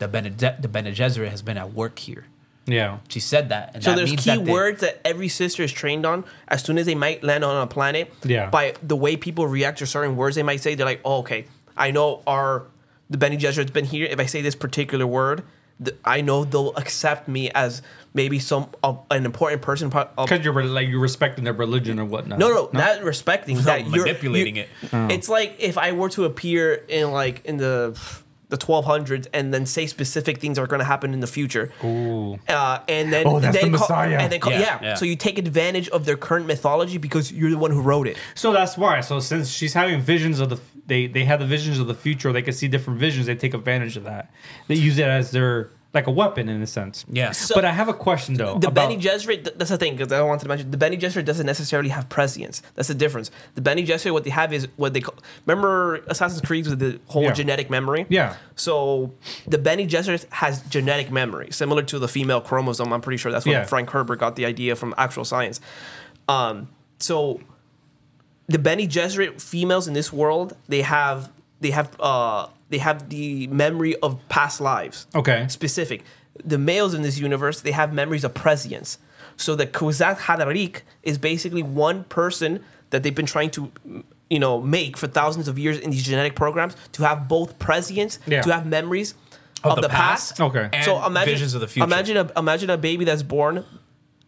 The Bene the Bene Gesserit has been at work here."
yeah.
She said that, and
So
that
there's
means
key
that they-
words that every sister is trained on as soon as they might land on a planet.
Yeah.
By the way people react to certain words they might say, they're like, oh, okay, I know our the Benny Gesserit's been here. If I say this particular word, th- I know they'll accept me as maybe some uh, an important person. pro- of-
Because you're re- like you're respecting their religion or whatnot.
no, no, not respecting that. You're,
manipulating
you-
it.
Oh.
It's like if I were to appear in like in the the 1200s and then say specific things are going to happen in the future.
Ooh.
Uh, and then
Oh, that's
then
the
call-
Messiah.
and then call-
Yeah,
yeah,
yeah.
So you take advantage of their current mythology because you're the one who wrote it.
So that's why. So since she's having visions of the, they they have the visions of the future. They can see different visions. They take advantage of that. They use it as their like a weapon in a sense.
Yeah.
but I have a question though.
The
about,
Benny Gesserit, th- that's the thing, because I wanted to mention, the Benny Gesserit doesn't necessarily have prescience. That's the difference. The Benny Gesserit, what they have is what they call, remember Assassin's Creed with the whole
Yeah.
genetic memory?
Yeah.
So the Benny Gesserit has genetic memory, similar to the female chromosome. I'm pretty sure that's where
Yeah.
Frank Herbert got the idea from actual science. Um, so the Benny Gesserit females in this world, they have, they have, uh, they have the memory of past lives
Okay.
specific. The males in this universe, they have memories of prescience. So the Kuzat Hadarik is basically one person that they've been trying to, you know, make for thousands of years in these genetic programs to have both prescience,
Yeah.
to have memories
Of
of,
the
the, past.
past? Okay.
And
So imagine
visions of the future.
Imagine a, imagine a baby that's born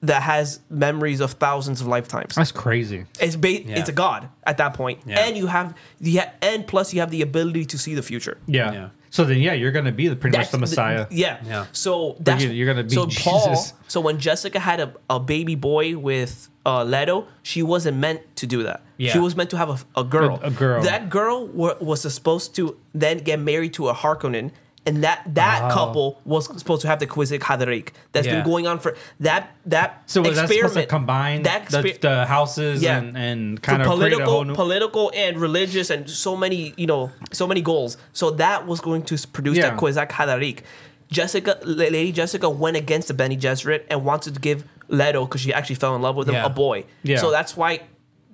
that has memories of thousands of lifetimes.
That's crazy.
It's ba- it's a god at that point,
Yeah.
and you have the and plus you have the ability to see the future.
Yeah.
Yeah.
So then, yeah, you're gonna be the, pretty much the
That's
Messiah.
yeah.
Yeah.
So that's
you- you're gonna be
so
[LAUGHS]
Paul.
Jesus.
So when Jessica had a, a baby boy with uh, Leto, she wasn't meant to do that.
Yeah.
She was meant to have a, a girl.
A- a girl.
That girl wa- was supposed to then get married to a Harkonnen. And that that
Oh.
couple was supposed to have the Quizik Hadarik. That's
Yeah.
been going on for that that
so was that supposed to
experiment.
combine
that
the,
exper-
the houses
Yeah.
and and
for
kind of create a
political,
whole new.
political and religious, and so many, you know, so many goals. So that was going to s- produce
Yeah.
that Kozak Hadarik. Jessica, La- Lady Jessica, went against the Benny Gesserit and wanted to give Leto because she actually fell in love with him
Yeah.
a boy.
Yeah.
So that's why.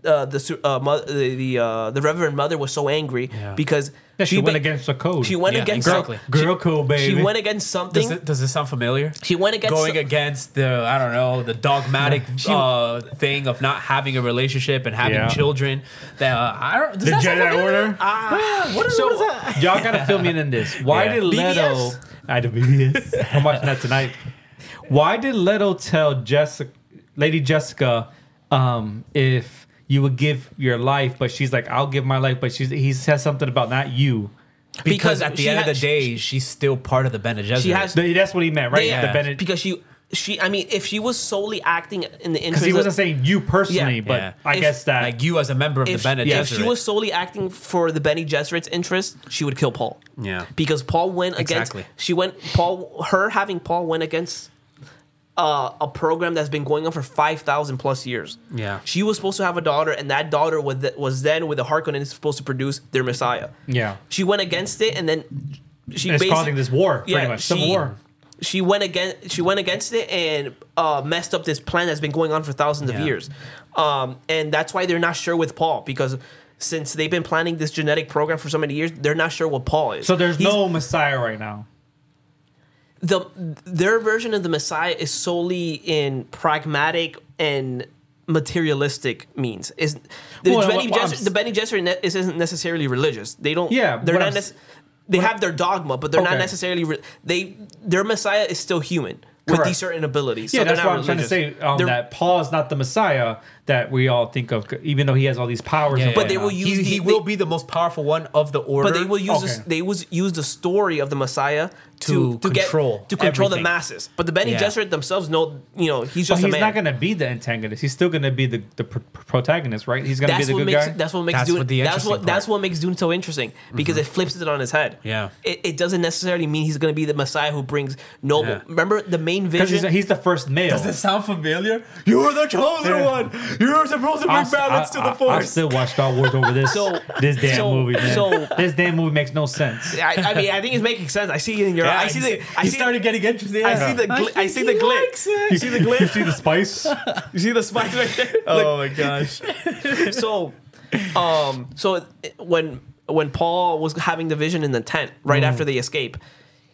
Uh, the su- uh, mo- the the, uh, the Reverend Mother was so angry because
Yeah, she, went
ba-
against the code.
she went
Yeah,
against
exactly.
some-
Girl code,
she,
baby.
she went against something
Does it, does this sound familiar?
she went against
Going
some-
against the I don't know the
[LAUGHS]
dogmatic uh, thing of not having a relationship and having
Yeah.
children. That uh, I don't. Does
the
that sound
Jedi
familiar?
Order. [GASPS]
What is,
Ah. So
what is that?
[LAUGHS] y'all gotta fill me in on this. Why
Yeah.
did Leto?
BBS?
I did [LAUGHS] BBS. I'm watching that tonight. Why did Leto tell Jessica, Lady Jessica, um, if you would give your life, but she's like, I'll give my life, but she's he says something about not you.
Because at the
she
end
had-
of the day, she's still part of the Bene Gesserit.
she has
Th- That's what he meant, right?
Yeah,
The Bennett, because
because she she I mean if she was solely acting in the interest
he
of-
wasn't saying you personally,
Yeah.
but
Yeah.
I
If-
guess that
like you as a member of the
if,
Bene Gesserit.
yeah, if she was solely acting for the Benny Gesserit's interest, she would kill Paul.
Yeah.
Because Paul went against
Exactly.
she went Paul her having Paul went against uh, a program that's been going on for 5,000 plus years.
Yeah.
She was supposed to have a daughter and that daughter was, th- was then with the Harkonnen is supposed to produce their Messiah.
Yeah.
She went against it and then she
it's
basi-
causing this war, pretty
yeah,
much civil
she-
war.
she went against she went against it and uh, messed up this plan that's been going on for thousands
Yeah.
of years, um, and that's why they're not sure with Paul because since they've been planning this genetic program for so many years, they're not sure what Paul is.
So there's
He's-
no Messiah right now.
the their version of the Messiah is solely in pragmatic and materialistic means. Is the
Well,
Bene
what- what I'm
Gesserit,
s-
the Bene Gesserit ne- is- isn't necessarily religious. They don't.
Yeah,
they're
what
not.
I'm s-
nec- they have their dogma, but they're not
Okay.
necessarily. Re- they their Messiah is still human with
Correct.
these certain abilities.
Yeah,
so they're
that's
not
what I'm trying to
religious.
say. Um,
They're-
that Paul is not the Messiah that we all think of, even though he has all these powers.
Yeah,
and
yeah,
But they
yeah.
will use
He,
the-
he
they-
will be the most powerful one of the order.
But they will use this,
Okay.
they was use the story of the Messiah
To
to to
control
get to control
everything.
the masses. But the Bene
Yeah.
Gesserit themselves know you know he's
But
just a
he's
man.
not going to be the antagonist. He's still going to be the, the pr- pr- protagonist, right? He's going to be
that's
the
what
good
makes
guy.
that's what makes
That's
Dune
what the
that's
interesting
what that's
part. Mm-hmm.
what makes Dune so interesting because it flips it on his head.
Yeah.
it, it doesn't necessarily mean he's going to be the Messiah who brings noble.
Yeah.
Remember the main
Because he's,
vision.
he's the first male.
Does it sound
[LAUGHS]
familiar? You were the chosen
Yeah.
one. You were supposed to bring
I'll-
balance
I-
to
I-
the force.
I still watch Star Wars over this
[LAUGHS] So-
this damn
so-
movie, man.
so-
this damn movie makes no
[LAUGHS]
sense.
I, I mean, I think it's making sense. I see it in your.
Yeah,
I see the. I
he
see,
started getting interested.
I
yeah.
see the. Gl- I see the glitch.
You see the glitch? You see the spice?
You see the spider right there.
[LAUGHS] Oh my
[LAUGHS]
gosh.
so um so when when paul was having the vision in the tent right
Mm.
after they escape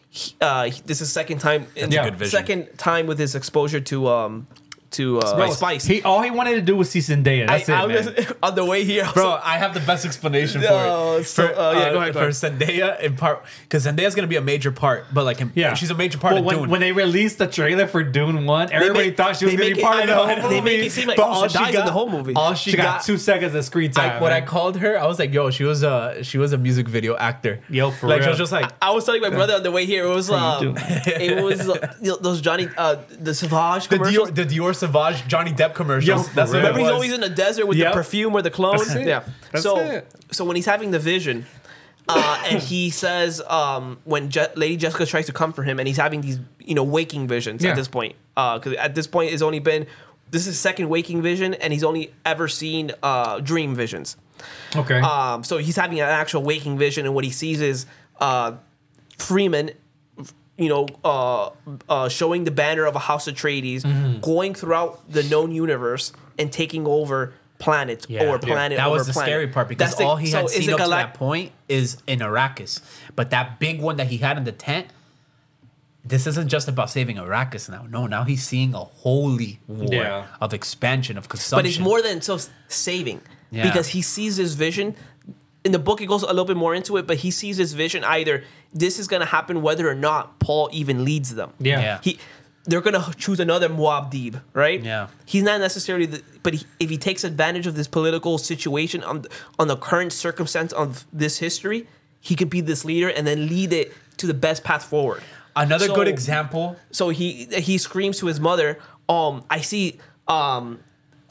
he, uh he- this is second time
a good vision.
second time with his exposure to um to uh,
Bro,
Spice.
He all he wanted to do was see Zendaya. That's
I,
it,
I
man.
was [LAUGHS] on the way here. I was
Bro,
like,
I have the best explanation
No,
for it.
so,
for,
uh, yeah, go ahead, go
for Zendaya in part because Zendaya's gonna be a major part, but like, in-
[LAUGHS]
yeah,
she's a major part
But
of
when,
Dune.
when they released the trailer for Dune One, everybody
make-
thought she was
they
going to
make
be
it-
part of the
I know,
whole
they
movie.
make it seem like
but
all
all
she
she
dies
got
in the whole movie.
all
She got two seconds of screen time.
I, when I
man.
called her, I was like, "Yo, she was a she was a music video actor."
Yo, for
like she
real.
was just like,
[LAUGHS] I was telling my brother on the way here. It was um,
doing?
it was uh, you know, those Johnny uh, the Savage
the
commercials.
Dior, the Dior Savage Johnny Depp commercials.
Yo,
That's
for
what it
Remember,
was.
he's always in the desert with
Yep.
the perfume or the cologne.
That's it.
Yeah.
That's
so,
it.
so when he's having the vision, uh, and he says, um, when Je- Lady Jessica tries to comfort him, and he's having these, you know, waking visions
Yeah.
at this point. Because at this point, it's only been this is his second waking vision, and he's only ever seen uh, dream visions.
okay,
Um, so he's having an actual waking vision, and what he sees is uh, Freeman, you know, uh, uh, showing the banner of a House Atreides,
Mm-hmm.
going throughout the known universe and taking over planets
Yeah.
over planet.
That
over
was the
planet.
scary part because
That's the-
all he
so
had
is
seen
it
up to
galac-
that point is in Arrakis. But that big one that he had in the tent, this isn't just about saving Arrakis now. No, now he's seeing a holy war
Yeah.
of expansion of consumption.
But it's more than so saving
Yeah.
because he sees this vision. In the book, it goes a little bit more into it, but he sees this vision either this is going to happen whether or not Paul even leads them.
yeah.
yeah.
he they're gonna choose another Muad'Dib, right?
Yeah.
He's not necessarily, the, but he, if he takes advantage of this political situation on th- on the current circumstance of this history, he could be this leader and then lead it to the best path forward.
Another
So-
good example.
So he he screams to his mother, "Um, I see, um,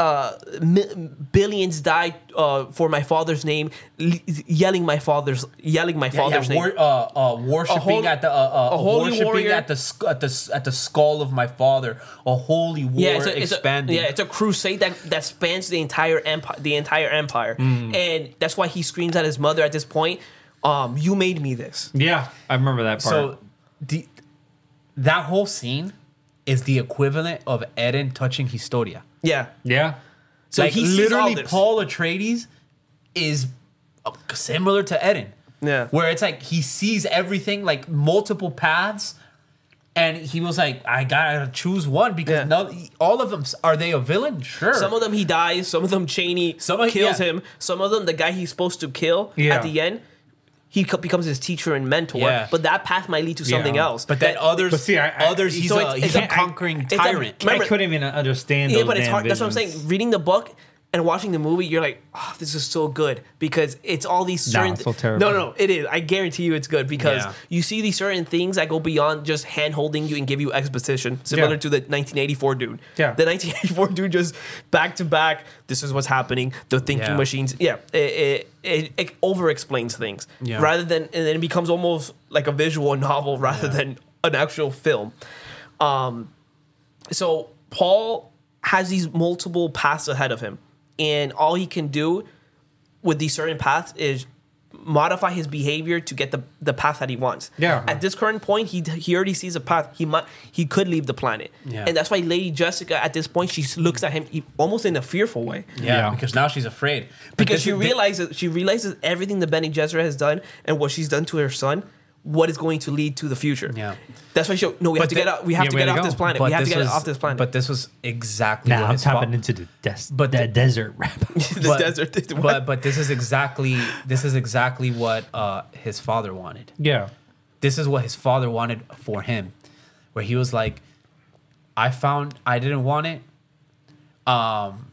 uh, mi- billions died uh, for my father's name, le- yelling my father's yelling my
Yeah,
father's
war,
name."
uh, uh, worshiping
holy-
at the uh, uh,
a holy
worshiping
warrior.
at the sc- at the s- at the skull of my father, a holy war
yeah, it's a, it's a-
expanding.
yeah, it's a crusade that, that spans the entire empire, the entire empire,
Mm.
and that's why he screams at his mother at this point. Um, you made me this.
Yeah, I remember that part.
So the that whole scene is the equivalent of Eren touching Historia.
Yeah.
yeah,
So
like,
he sees
literally
all this.
Paul Atreides is uh, similar to Eren.
Yeah.
Where it's like he sees everything like multiple paths and he was like I got to choose one
Yeah.
because no, all of them are they a villain? Sure.
Some of them he dies. Some of them Cheney
Some of-
kills
yeah.
him. Some of them the guy he's supposed to kill
Yeah.
at the end. He co- becomes his teacher and mentor,
Yeah.
but that path might lead to something
Yeah.
else.
but then others
But see, I- I-
others he's
So
a
it's-
he's
it's
a
a-
conquering
it's a-
tyrant.
remember-
I couldn't even understand.
yeah,
those
but it's
damn
hard. That's what I'm
visions.
saying. Reading the book and watching the movie, you're like, oh, this is so good because it's all these
Nah,
certain.
it's so terrible.
no, no, it is. I guarantee you, it's good because
Yeah.
you see these certain things that go beyond just hand holding you and give you exposition, similar
Yeah.
to the 1984 dude.
Yeah.
the 1984 [LAUGHS] dude just back to back. This is what's happening. The thinking
Yeah.
machines. Yeah, it it, it, it over explains things
Yeah.
rather than and then it becomes almost like a visual [LAUGHS] novel rather than an actual film. Um, so Paul has these multiple paths ahead of him, and all he can do with these certain paths is modify his behavior to get the, the path that he wants.
Yeah.
At this current point, he he already sees a path. He might he could leave the planet,
Yeah.
and that's why Lady Jessica at this point she looks at him e- almost in a fearful way
yeah,
Yeah.
because now she's afraid. But
because
this
she
is-
realizes she realizes everything that Benny Gesserit has done and what she's done to her son. What is going to lead to the future?
Yeah.
that's why she. No, we have
But
to
the-
get out. We have
Yeah,
to
we
get
gotta
off
go.
this planet.
but
We have to
this
get
was-
off this planet.
But this was exactly
Now
what
I'm
his fa-
tapping [LAUGHS] into the des-
But
but
the-
that desert
[LAUGHS]
rap.
this desert.
but but this is exactly this is exactly what uh, his father wanted.
yeah,
This is what his father wanted for him, where he was like, "I found I didn't want it, um,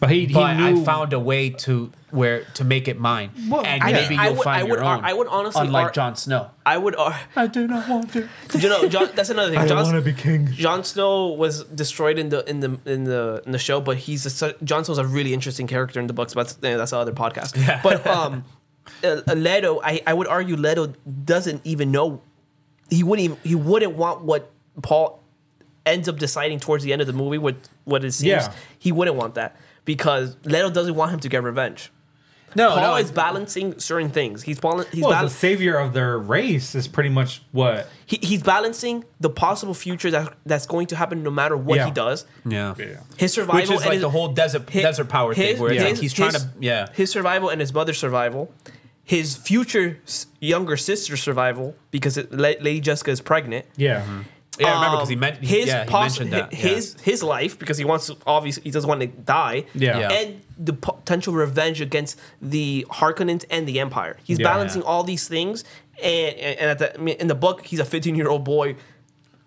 but he, he
but
knew.
I found a way to where to make it mine,
Well,
and
I-
maybe
I
you'll
would-
find
I would
your
ar-
own."
I would honestly ar-
unlike Jon Snow.
I would. uh, ar-
I do not want to.
you know, John, that's another
[LAUGHS]
thing.
I don't
John,
wanna be king.
Jon Snow was destroyed in the in the in the in the show, but he's a, su- Jon Snow's a really interesting character in the books. But that's, eh, that's another podcast.
[LAUGHS]
But um, uh, uh, Leto, I, I would argue Leto doesn't even know he wouldn't even, he wouldn't want what Paul ends up deciding towards the end of the movie. What what it seems
Yeah.
he wouldn't want that because Leto doesn't want him to get revenge.
No,
Paul
no,
is balancing certain things. He's, bal- he's
Well, the
balancing.
savior of their race is pretty much what.
he, he's balancing the possible future that that's going to happen no matter what
Yeah.
he does.
Yeah.
His survival,
Which is
and
like
his-
the whole desert
hi-
desert power thing,
his-
where it's
his-
like he's trying
his-
to yeah.
his survival and his mother's survival, his future s- younger sister's survival because it, La- Lady Jessica is pregnant,
Yeah,
Yeah, I remember because he,
um,
meant,
his
yeah, he
poss-
mentioned that.
hi-
yeah.
his his life because he wants to obviously he doesn't want to die.
Yeah. Yeah.
and the potential revenge against the Harkonnens and the Empire. He's
Yeah.
balancing all these things, and and and at the, I mean, in the book, he's a 15 year old boy.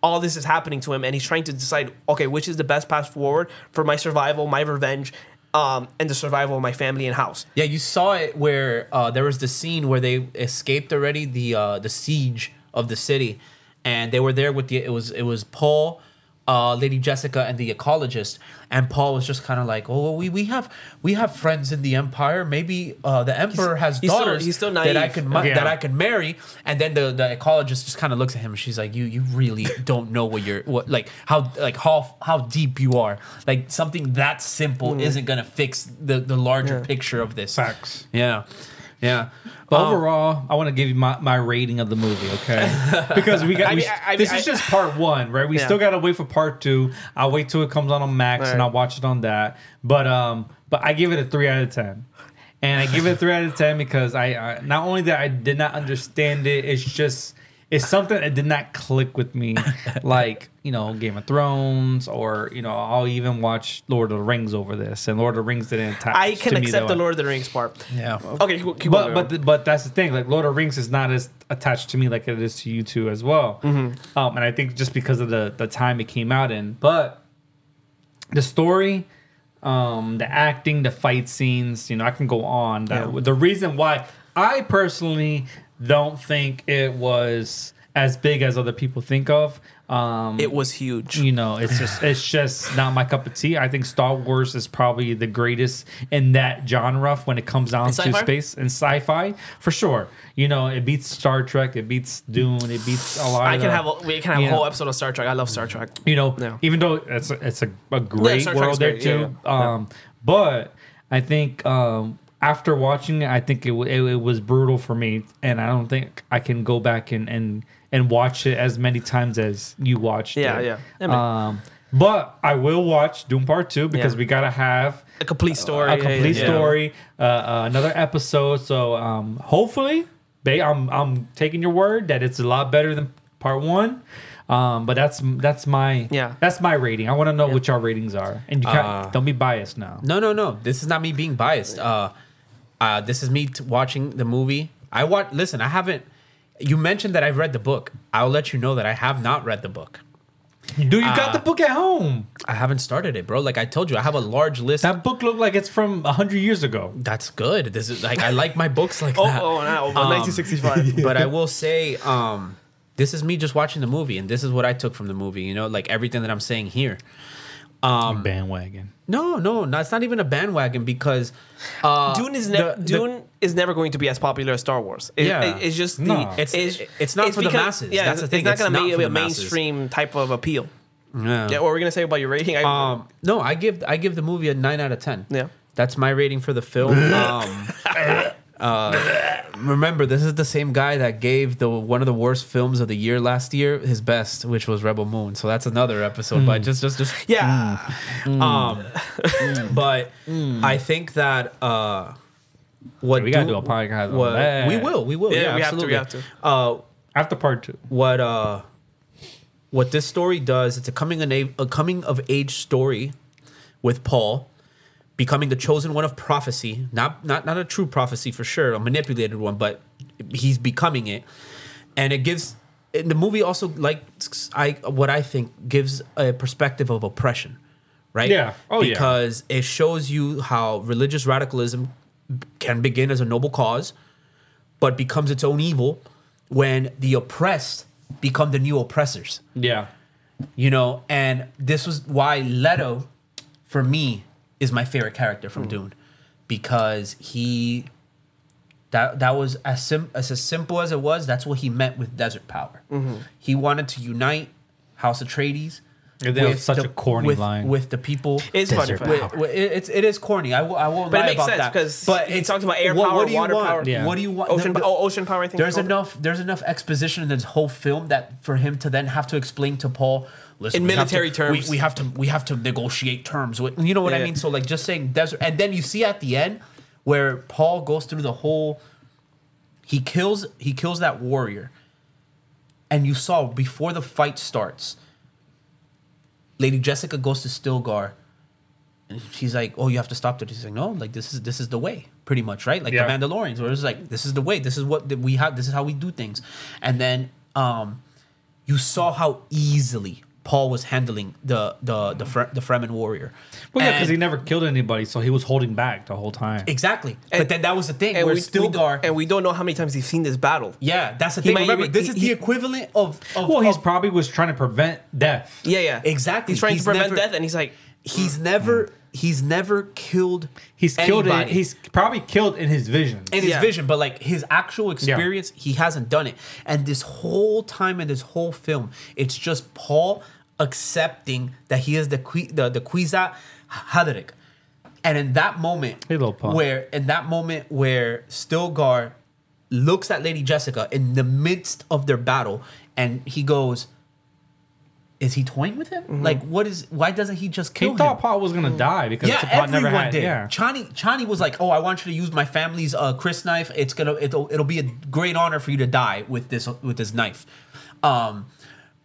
All this is happening to him, and he's trying to decide, okay, which is the best path forward for my survival, my revenge, um, and the survival of my family and house.
Yeah, you saw it where uh, there was the scene where they escaped already the uh, the siege of the city, and they were there with the it was it was Paul, uh, Lady Jessica, and the ecologist, and Paul was just kind of like, oh, we we have we have friends in the empire. Maybe uh, the emperor has
he's still-
daughters
he's still
that I
naive.
could mu-
Yeah.
that I could marry. And then the the ecologist just kind of looks at him. and She's like, you you really don't know what you're what like how like how how deep you are. Like something that simple isn't gonna fix the the larger picture of this.
Facts.
Yeah. Yeah.
But
Um,
overall, I want to give you my, my rating of the movie, okay? [LAUGHS] Because we got
I
we,
mean, I- I
this
mean,
is
I-
just part one, right? We
Yeah.
still gotta wait for part two. I'll wait till it comes out on Max and
Right.
I'll watch it on that. But um, but I give it a three out of ten, and I give it a three out of ten because I, I not only that I did not understand it, it's just it's something that did not click with [LAUGHS] me, like you know Game of Thrones or you know I'll even watch Lord of the Rings over this, and Lord of the Rings didn't attach.
I can
to me that
accept the
way.
Lord of the Rings part.
yeah.
Okay, keep, keep
But
going.
but th- but that's the thing. Like Lord of the Rings is not as attached to me like it is to you two as well.
Mm-hmm.
Um, and I think just because of the the time it came out in, but the story, um, the acting, the fight scenes, you know, I can go on. That,
Yeah.
The reason why I personally don't think it was as big as other people think of. Um,
it was
Mm,
huge.
you know, it's just it's just not my cup of tea. I think Star Wars is probably the greatest in that genre when it comes down to
sci-fi?
space and sci-fi for sure. You know, it beats Star Trek, it beats Dune, it beats a lot.
I
of
can
the-
have a, we can have
Yeah.
a whole episode of Star Trek. I love Star Trek.
you know,
Yeah.
even though it's a, it's a, a great
Star Trek's
world there
great,
too.
yeah,
Um, but I think um, after watching it, I think it, w- it it was brutal for me, and I don't think I can go back and and and watch it as many times as you watched.
Yeah,
it.
yeah. I mean-
Um, but I will watch Doom Part Two because
Yeah.
we gotta have
A complete story.
a complete
yeah, yeah.
story, uh, uh, another episode. So um, hopefully, ba- I'm I'm taking your word that it's a lot better than part one. Um, but that's that's my
Yeah.
that's my rating. I want to know what y'all ratings are, and you can't, don't be biased now.
No, no, no. This is not me being biased. Uh, uh, this is me t- watching the movie. I watch. Listen, I haven't. You mentioned that I've read the book. I'll let you know that I have not read the book.
Do you
Uh,
got the book at home?
I haven't started it, bro. Like I told you, I have a large list.
That book looked like it's from hundred years ago.
That's good. This is like I like my books like
[LAUGHS] Oh,
that.
oh, no,
Um,
but
[LAUGHS]
1965.
but I will say, um, this is me just watching the movie, and this is what I took from the movie. You know, like everything that I'm saying here.
Bandwagon.
No, no, no. It's not even a bandwagon because
Dune is ne-
the-
Dune is never going to be as popular as Star Wars. It-
Yeah.
it- it's just the,
No.
It's- it's not for the masses.
Yeah,
That's the
it's-
thing.
It's not
It's
going
not
to
for
make
the
a
masses.
mainstream type of appeal.
yeah.
Yeah, what were we going to say about your rating? I,
Um, no, I give I give the movie a nine out of ten.
Yeah.
that's my rating for the film. um, uh, remember, this is the same guy that gave the one of the worst films of the year last year his best, which was Rebel Moon. So that's another episode.
Hmm.
But just just just
yeah,
um, but I think that uh, what
We gotta do a podcast on
what-
that.
We will, we will.
Yeah,
Yeah,
we have to,
absolutely.
we have to.
Uh,
After part two,
what uh what this story does it's a coming of age, a coming of age story with Paul becoming the chosen one of prophecy not not not a true prophecy for sure a manipulated one but he's becoming it and it gives and the movie also like I what I think gives a perspective of oppression right
Yeah. Oh, yeah.
because it shows you how religious radicalism can begin as a noble cause but becomes its own evil when the oppressed become the new oppressors.
yeah,
You know, and this was why Leto, for me, is my favorite character
Hmm.
from Dune, because he, that that was as sim- as, as simple as it was. That's what he meant with Desert Power.
Mm-hmm.
He wanted to unite House Atreides.
And that was such a corny
with,
line.
with the people.
it's funny.
Desert.
Wait,
Wait, wait, it- it's it is corny. I will I won't
But it
lie
makes
about
sense,
that.
'cause
But
he
it's
talks about air
what,
power,
what do you
water
want?
power.
Yeah.
What do you want?
Ocean,
The-
po- oh, ocean power. I think it's
there's
called.
enough there's enough exposition in this whole film that for him to then have to explain to Paul listen,
In
we have to-
military terms.
we, we have to we have to negotiate terms with you know what I
Yeah.
mean so like just saying desert and then you see at the end where Paul goes through the whole he kills he kills that warrior and you saw before the fight starts, Lady Jessica goes to Stilgar, and she's like, "Oh, you have to stop it." She's like, "No, like this is this is the way, pretty much, right? Like
Yeah.
the Mandalorians, where it's like this is the way, this is what that we have, this is how we do things." And then um, you saw how easily Paul was handling the the the Fre- the Fremen warrior.
Well, yeah, because
And-
he never killed anybody, so he was holding back the whole time.
exactly.
And-
but then that was the thing
And
where
we still
Stilgar.
and we don't know how many times he's seen this battle.
yeah, that's the
He
thing.
might
Remember,
even-
this
he-
is
he-
the equivalent of, of
Well, he's
of-
probably was trying to prevent death.
Yeah, yeah,
Exactly.
He's trying
He's
to prevent
never-
death, and he's like,
he's never he's never killed
He's killed. In,
anybody.
he's probably killed in his vision.
in his
Yeah.
vision, but like his actual experience, he hasn't done it. And this whole time in this whole film, it's just Paul accepting that he is the que- the the Kwisatz Haderach. And in that moment,
Hey, little punk.
where in that moment where Stilgar looks at Lady Jessica in the midst of their battle, and he goes. Is he toying with him? Like, what is? Why doesn't he just
Mm-hmm. he
kill him?
thought Paul was gonna die because
Yeah,
T'Pol
everyone
never had.
did.
Yeah.
Chani Chani was like, "Oh, I want you to use my family's uh, Chris knife. It's gonna it'll it'll be a great honor for you to die with this with this knife." Um,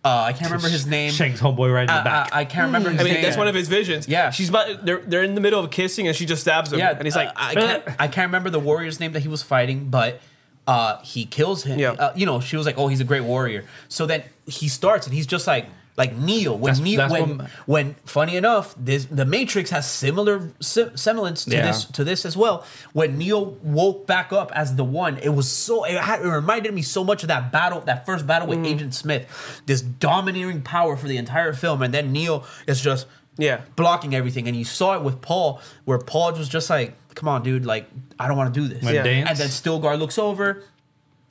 uh, I can't remember his name. Uh,
Shank's homeboy right in the
I,
back.
I, I can't remember his
I mean,
name.
that's one of his visions.
Yeah.
she's about. They're they're in the middle of kissing, and she just stabs him.
Yeah,
and he's like,
uh, I can't, I can't remember the warrior's name that he was fighting, but uh, he kills him.
Yeah.
Uh, you know, she was like, "Oh, he's a great warrior." So then he starts, and he's just like, like Neo. When
That's-
Neo,
that's
when,
what-
when, funny enough, this the Matrix has similar se- semblance to
Yeah.
this to this as well. When Neo woke back up as the one, it was so it, had, it reminded me so much of that battle, that first battle
Mm.
with Agent Smith, this domineering power for the entire film, and then Neo is just
Yeah.
blocking everything. And you saw it with Paul, where Paul was just like, "Come on, dude! Like, I don't want to do this."
Wanna
Yeah.
dance?
And then Stilgar looks over.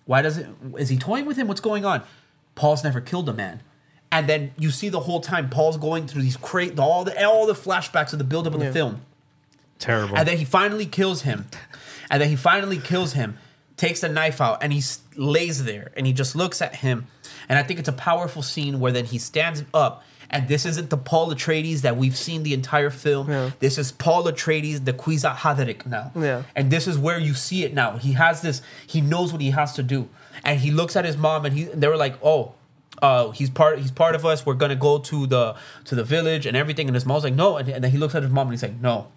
Why does it? Is he toying with him? What's going on? Paul's never killed a man. And then you see the whole time Paul's going through these cra- all the all the flashbacks of the buildup of the film.
Terrible.
And then he finally kills him. And then he finally kills him, takes the knife out, and he s- lays there and he just looks at him. And I think it's a powerful scene where then he stands up. And this isn't the Paul Atreides that we've seen the entire film. This is Paul Atreides, the Kwisatz Haderach now.
Yeah.
And this is where you see it now. He has this, he knows what he has to do. And he looks at his mom and he and they were like, oh, uh, he's part he's part of us. We're gonna go to the to the village and everything. And his mom's like, no. And, and then he looks at his mom and he's like, no,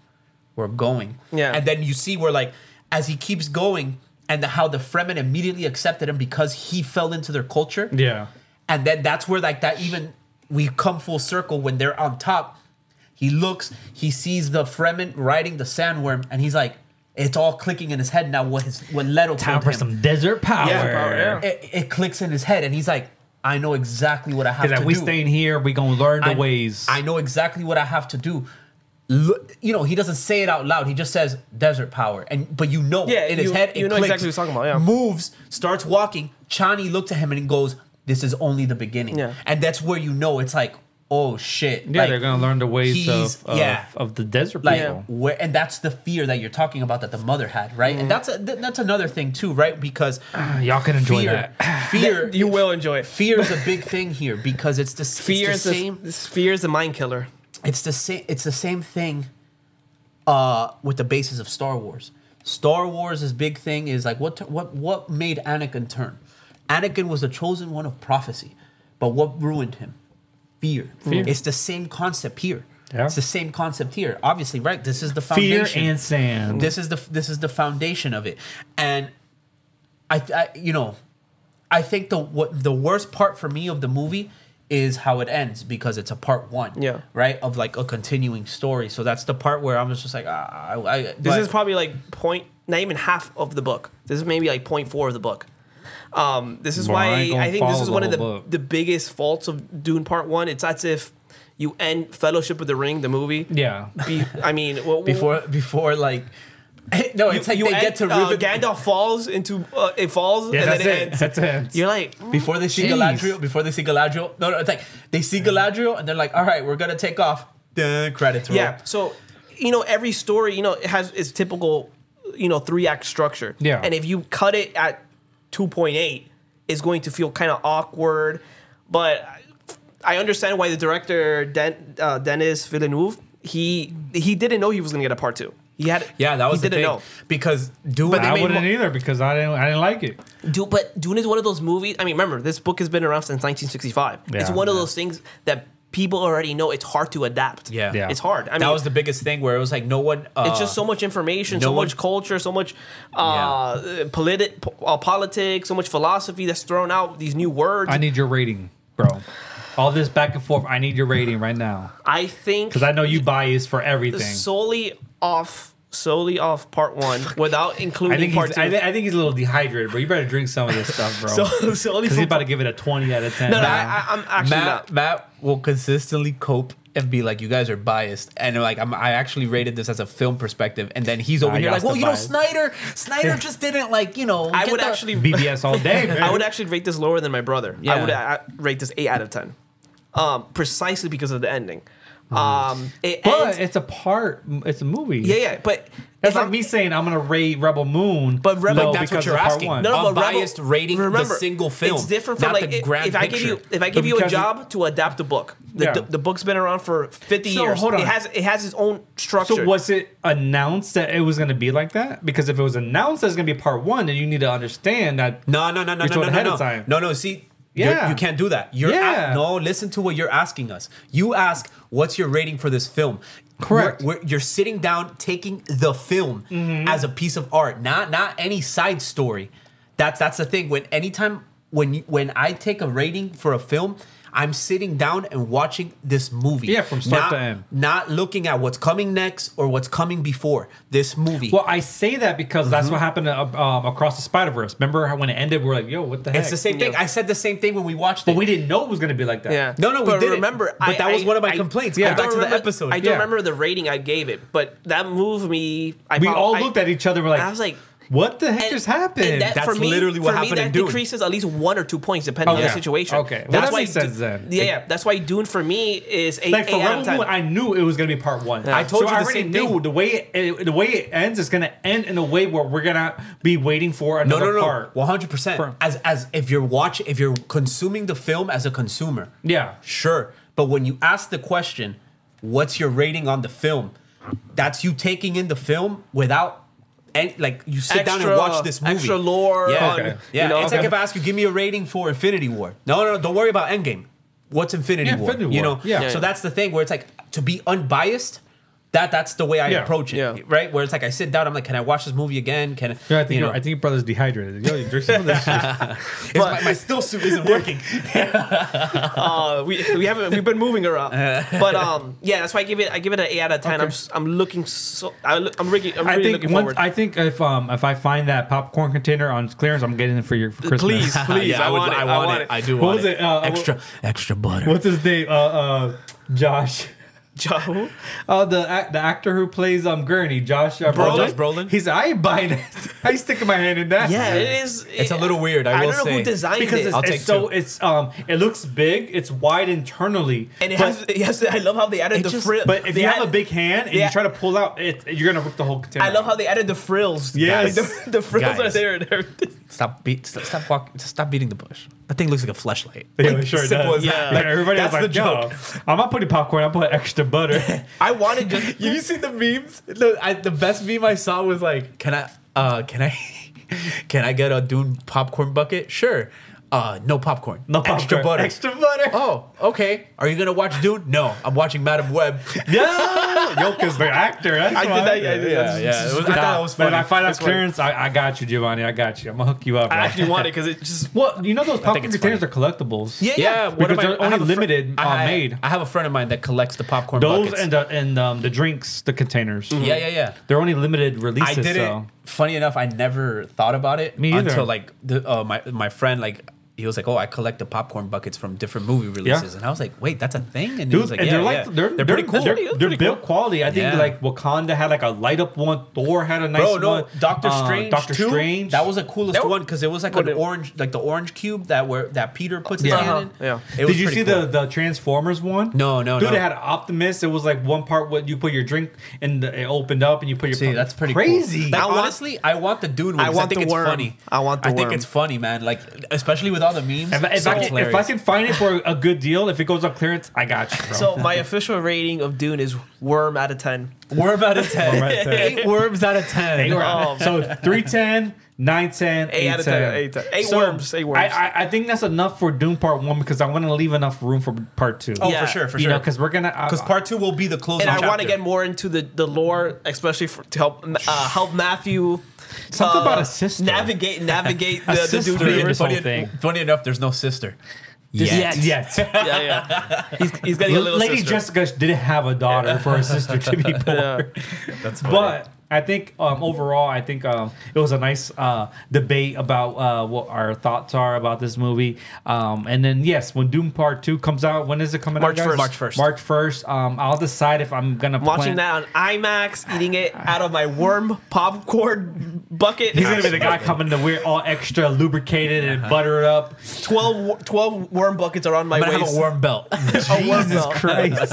we're going.
Yeah.
And then you see where like as he keeps going and the, how the Fremen immediately accepted him because he fell into their culture.
yeah.
And then that's where like that even we come full circle when they're on top. He looks, he sees the Fremen riding the sandworm, and he's like, it's all clicking in his head now. What his what Leto
Time
told
for
him.
some desert power.
power, yeah.
it, it clicks in his head, and he's like, I know exactly what I have
He's
to
like, we
do.
staying here. We gonna learn the
I-
ways.
I know exactly what I have to do. Look, you know, he doesn't say it out loud. He just says desert power, and but you know,
Yeah,
in his
you-
head, it
you know
clicks,
exactly what he's talking about, yeah.
moves, starts walking. Chani looks at him and goes, "This is only the beginning."
Yeah.
and that's where you know it's like, oh shit.
yeah,
like,
they're gonna learn the ways
he's-
of, of,
yeah.
of the desert
like
people.
where and that's the fear that you're talking about that the mother had right and that's a, th- that's another thing too right because
Mm. Ah, Y'all can enjoy
fear
that. [LAUGHS]
fear
you will enjoy it.
fear is a big thing here because it's the, s- it's the
Fear is the
same
fear is the mind killer.
it's the same it's the same thing uh with the basis of Star Wars. Star Wars' is big thing is like what what what made Anakin turn? Anakin was the chosen one of prophecy, but what ruined him? Fear.
Fear.
It's the same concept here.
Yeah.
It's the same concept here. Obviously, right? This is the
Fear
foundation.
and sand.
this is the this is the foundation of it. And I, I you know, I think the what the worst part for me of the movie is how it ends because it's a part one,
Yeah.
right, of like a continuing story. So that's the part where I'm just like, ah, I, I,
This is probably like point, not even half of the book. This is maybe like point four of the book. Um, this is
Well, I ain't
why
gonna
I think this
follow
is
the
one of
whole
the
book.
the biggest faults of Dune Part One. It's as if you end Fellowship of the Ring, the movie.
yeah.
[LAUGHS]
Be, I mean, well,
before before like. [LAUGHS] No, it's like
you
they
end,
get to
uh,
Reuben
Gandalf falls into uh, it falls
Yeah,
and then
that's
it,
it.
ends.
That's it.
You're like,
before they see
Jeez.
Galadriel. Before they see Galadriel, no, no, it's like they see Galadriel and they're like, "All right, we're gonna take off." Dun, credits roll.
yeah. So, you know, every story, you know, it has its typical, you know, three act structure.
Yeah.
And if you cut it at 2.8, it's going to feel kind of awkward. But I I understand why the director Den, uh, Dennis Villeneuve he he didn't know he was going to get a part two. He had
Yeah, that was
he
the thing.
didn't know.
Because Dune,
But they
I
made
wouldn't
mo-
either because I didn't. I didn't like it.
Dune, but Dune is one of those movies. I mean, remember this book has been around since 1965. it's
Yeah.
one of
Yeah.
those things that people already know. It's hard to adapt.
Yeah. Yeah.
it's hard. I mean,
that was the biggest thing where it was like no one. Uh,
it's
Um,
just so much information,
no
so
one-
much culture, so much uh, politi- po- uh, politics, so much philosophy that's thrown out. These new words.
I
I,
need your rating, bro. All this back and forth. I need your rating right now
think
because I know you bias for everything.
solely off, solely off part one,
[LAUGHS]
without including
I think
part
he's,
two.
I, thi- I think he's a little dehydrated, bro. You better drink some of this stuff, bro.
[LAUGHS] so,
Because
solely
he's
from
about to give it a twenty out of ten.
No, no,
bro.
I, I, I'm actually
Matt,
not.
Matt will consistently cope and be like, "You guys are biased," and like, I'm, I actually rated this as a film perspective, and then he's over
Nah,
here like,
y'all's
"Well,
the
you know,
biased."
Snyder, Snyder just didn't like, you know."
I
get
would
the-
actually,
BBS all day, man.
[LAUGHS] I would actually rate this lower than my brother. I
Yeah.
would uh, rate this eight out of ten, um, precisely because of the ending. Um, it
Mm. but
ends-
it's a part. It's a movie.
yeah, yeah, but
That's
if
like
I'm-
me saying I'm gonna rate Rebel Moon,
But Rebel-
low
But
that's what
because
you're
of part
asking.
one.
No,
Oh,
No, no, but
Unbiased
Rebel-
rating the single film,
It's different from
not
like
the
if,
grand
if I give you
picture.
if I
But
give you a
because it-
job to adapt the book. The,
Yeah.
the, the book's been around for fifty
So,
years.
hold on.
It has it has its own structure.
So was it announced that it was gonna be like that? Because if it was announced that it's gonna be part one, then you need to understand that.
No, no, no, no, no,
You're told
no,
ahead
no,
of
no,
time.
no, no. See,
Yeah.
yeah. you can't do that. You're a-
Yeah.
no. Listen to what you're asking us. You ask, "What's your rating for this film?"
Correct. Mm-hmm.
We're- we're- you're sitting down, taking the film as a piece of art, not not any side story. That's that's the thing. When anytime when you, when I take a rating for a film. I'm sitting down and watching this movie.
Yeah, from start
not,
to end.
Not looking at what's coming next or what's coming before this movie.
Well, I say that because that's
Mm-hmm.
what happened to, um, across the Spider Verse. Remember how when it ended, we are like, "Yo, what the heck?"
it's the same thing. I said the same thing when we watched it.
but we didn't know it was gonna be like that.
yeah.
No, no, we
but
didn't.
remember.
But
I,
that was
I-
one of my
I-
complaints.
Yeah.
Go back
don't
to the
remember-
episode.
I don't
Yeah.
remember the rating I gave it, but that moved me. I
we
prob-
all
I-
looked at each other. We're like,
I was like,
"What the heck
and-
just happened?"
and that,
That's
for me,
literally what
for
happened
me,
in
that
Dune.
decreases at least one or two points depending on
Okay.
the situation.
Oh, Okay. Well, that makes sense then.
Yeah, yeah, that's why Dune for me is eight,
like for
eight out
Rebel
of
Moon,
ten.
I knew it was gonna be part one.
I told you
So I
the
already
same
knew
thing.
the way it, it- the way it ends is gonna end in a way where we're gonna be waiting for
No,
another
no, no,
part.
one hundred percent.
For-
As as if you're watching, if you're consuming the film as a consumer,
Yeah.
sure. But when you ask the question, "What's your rating on the film?" That's you taking in the film without, and like you sit down and
Extra-
watch this movie.
extra lore
Yeah,
on- Okay.
yeah.
you know,
it's like
okay.
if I ask you, "Give me a rating for Infinity War." No, no, no don't worry about Endgame. What's Infinity
Yeah,
War?
Infinity
You
War.
know,
Yeah.
So
Yeah.
that's the thing where it's like to be unbiased. That that's the way I
Yeah.
approach it,
Yeah.
right? Where it's like I sit down, I'm like, can I watch this movie again? Can
Yeah, I think
you
your-
know?
I think your brother's dehydrated. Yo, you drink some of this shit. [LAUGHS]
[LAUGHS] It's my, my
[LAUGHS]
still suit isn't working.
uh, we, we haven't we've been moving around, but um, yeah, that's why I give it I give it an eight out of ten. I'm
Okay.
s- I'm looking so I look, I'm really I'm
I
really
think
looking
once,
forward.
I think if um if I find that popcorn container on clearance, I'm getting it for your for Christmas.
[LAUGHS] Please,
[LAUGHS]
please, I, want it. I want, it.
I do
What
want
was
it.
it? Uh,
extra, extra butter.
[LAUGHS] What's his name? Uh, uh Josh.
[LAUGHS] Joe,
Uh, the ac- the actor who plays um Gurney, Josh uh,
Brolin?
Josh Brolin?
He's I ain't buying it. [LAUGHS] I ain't sticking my hand in that.
yeah, it is.
It's a little weird, I will
don't know
say.
who designed
because
it.
it's,
I'll take
it's so
two.
it's um it looks big, it's wide internally,
and it
but-
has, it has. I love how they added
It
the
just-
frill.
But if
they
you have
add-
a big hand and
yeah.
you try to pull out, it you're gonna rip the whole container.
I love
out.
how they added the frills.
Yes.
Like, [LAUGHS] the, the frills are
Guys.
there and
[LAUGHS]
everything.
Stop beat. Stop, stop walking. Just stop beating the bush. That thing looks like a flashlight.
Yeah, sure it
simple
does.
as that. Like,
Like, everybody was
that's
like,
the
"Yo, I'm not putting popcorn. I'm putting extra butter."
[LAUGHS]
I wanted just.
Have you seen the memes? The, I, the best meme I saw was like, "Can I? Uh, can I? [LAUGHS] Can I get a Dune popcorn bucket? Sure. Uh, no popcorn.
No
Extra
popcorn,
butter.
Extra butter.
[LAUGHS] oh, okay. Are you gonna watch Dune? No, I'm watching Madam Web.
Yeah, yo, because they're actor. That's
I
why.
did that. Yeah, [LAUGHS] I did that.
yeah. It was, I thought
Nah,
that was funny.
When I find out
That's funny.
clearance, I, I got you, Giovanni. I got you. I'm gonna hook you up.
I
bro.
actually wanted because it just.
well, you know those popcorn
it's
containers are collectibles.
Yeah, yeah. one
Because
of my-
they're
I
only
have a fri-
limited,
I-
uh,
I-
made.
I have a friend of mine that collects the popcorn
Those
buckets. Mm-hmm.
and the, and um, the drinks, the containers.
yeah, yeah, yeah.
They're only limited releases.
I didn't.
So.
Funny enough, I never thought about it
Me either.
until like the, uh, my my friend like he was like, "Oh, I collect the popcorn buckets from different movie releases," and I was like, "Wait, that's a thing." And he was like,
Dude, and
yeah,
they're like
yeah.
they're, they're pretty cool. They're,
That's
they're
pretty
built quality. I think
Yeah.
like Wakanda had like a light up one. Thor had a nice
Bro, no,
one.
Doctor
Uh,
Strange.
Doctor
too,
Strange.
That was the coolest
That-
one because it was like
what
an
it-
orange, like the orange cube that where that Peter puts his
Yeah.
hand
Uh-huh.
in.
Yeah.
It was
Did you
pretty
see
cool.
the the Transformers one?
No, no,
Dude,
no.
it had Optimus. It was like one part what you put your drink and the, it opened up and you put your.
See, that's pretty cool.
crazy.
Like,
I want-
honestly, I want the dude. One,
I
'cause
want
think
the
it's
worm.
funny.
I want the
I think
worm.
it's funny, man. Like especially with all the memes.
If, I- if
so
I can, if I
hilarious.
can find it for a good deal, if it goes on clearance, I got you, bro.
So my official rating of Dune is worm out of ten.
worm out
[LAUGHS]
of ten,
out of 10.
eight worms out of ten.
Eight
Oh,
worms. so 310, 910,
Eight out of 10, eight out of 10. Eight worms, eight worms.
I, I, I think that's enough for Doom Part 1 because I want to leave enough room for Part 2.
Oh,
Yeah.
for sure, for
you
sure.
know, because we're uh, going to.
because part two will be the closing.
And I want to
chapter.
get more into the, the lore, especially for, to help uh, help Matthew.
Something
uh,
about [LAUGHS] a sister.
Navigate navigate the, the Dune
sister.
universe.
whole
funny,
thing.
funny enough, there's no sister.
Yes. Yes. [LAUGHS]
[LAUGHS] [LAUGHS] Yeah, yeah. He's, he's getting a little
Lady
sister.
Jessica didn't have a daughter for a sister
[LAUGHS]
to be born.
Yeah.
That's
But I think um, overall, I think um, it was a nice uh, debate about uh, what our thoughts are about this movie. Um, and then, yes, when Doom Part 2 comes out, when is it coming
March
out? guys?
March
1st.
1st.
March 1st. Um, I'll decide if I'm going to
I'm watching that on IMAX, eating it out of my worm popcorn bucket.
He's going to be the guy coming to wear all extra lubricated
Uh-huh.
and buttered up.
12, wo- 12 worm buckets around my
I'm gonna
waist.
have a worm belt.
[LAUGHS]
A worm
Jesus
belt.
Christ.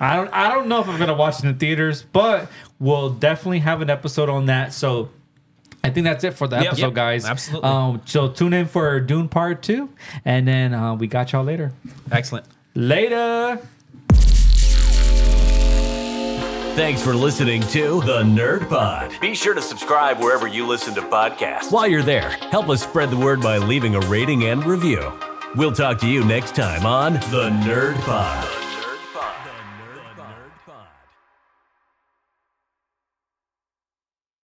I don't I don't know if I'm gonna watch it in the theaters, but we'll definitely have an episode on that. So I think that's it for the
Yep.
episode,
Yep.
guys.
Absolutely.
Um, so tune in for Dune Part Two, and then uh, we got y'all later.
Excellent.
Later.
Thanks for listening to The Nerd Pod.
Be sure to subscribe wherever you listen to podcasts.
While you're there, help us spread the word by leaving a rating and review. We'll talk to you next time on The Nerd Pod.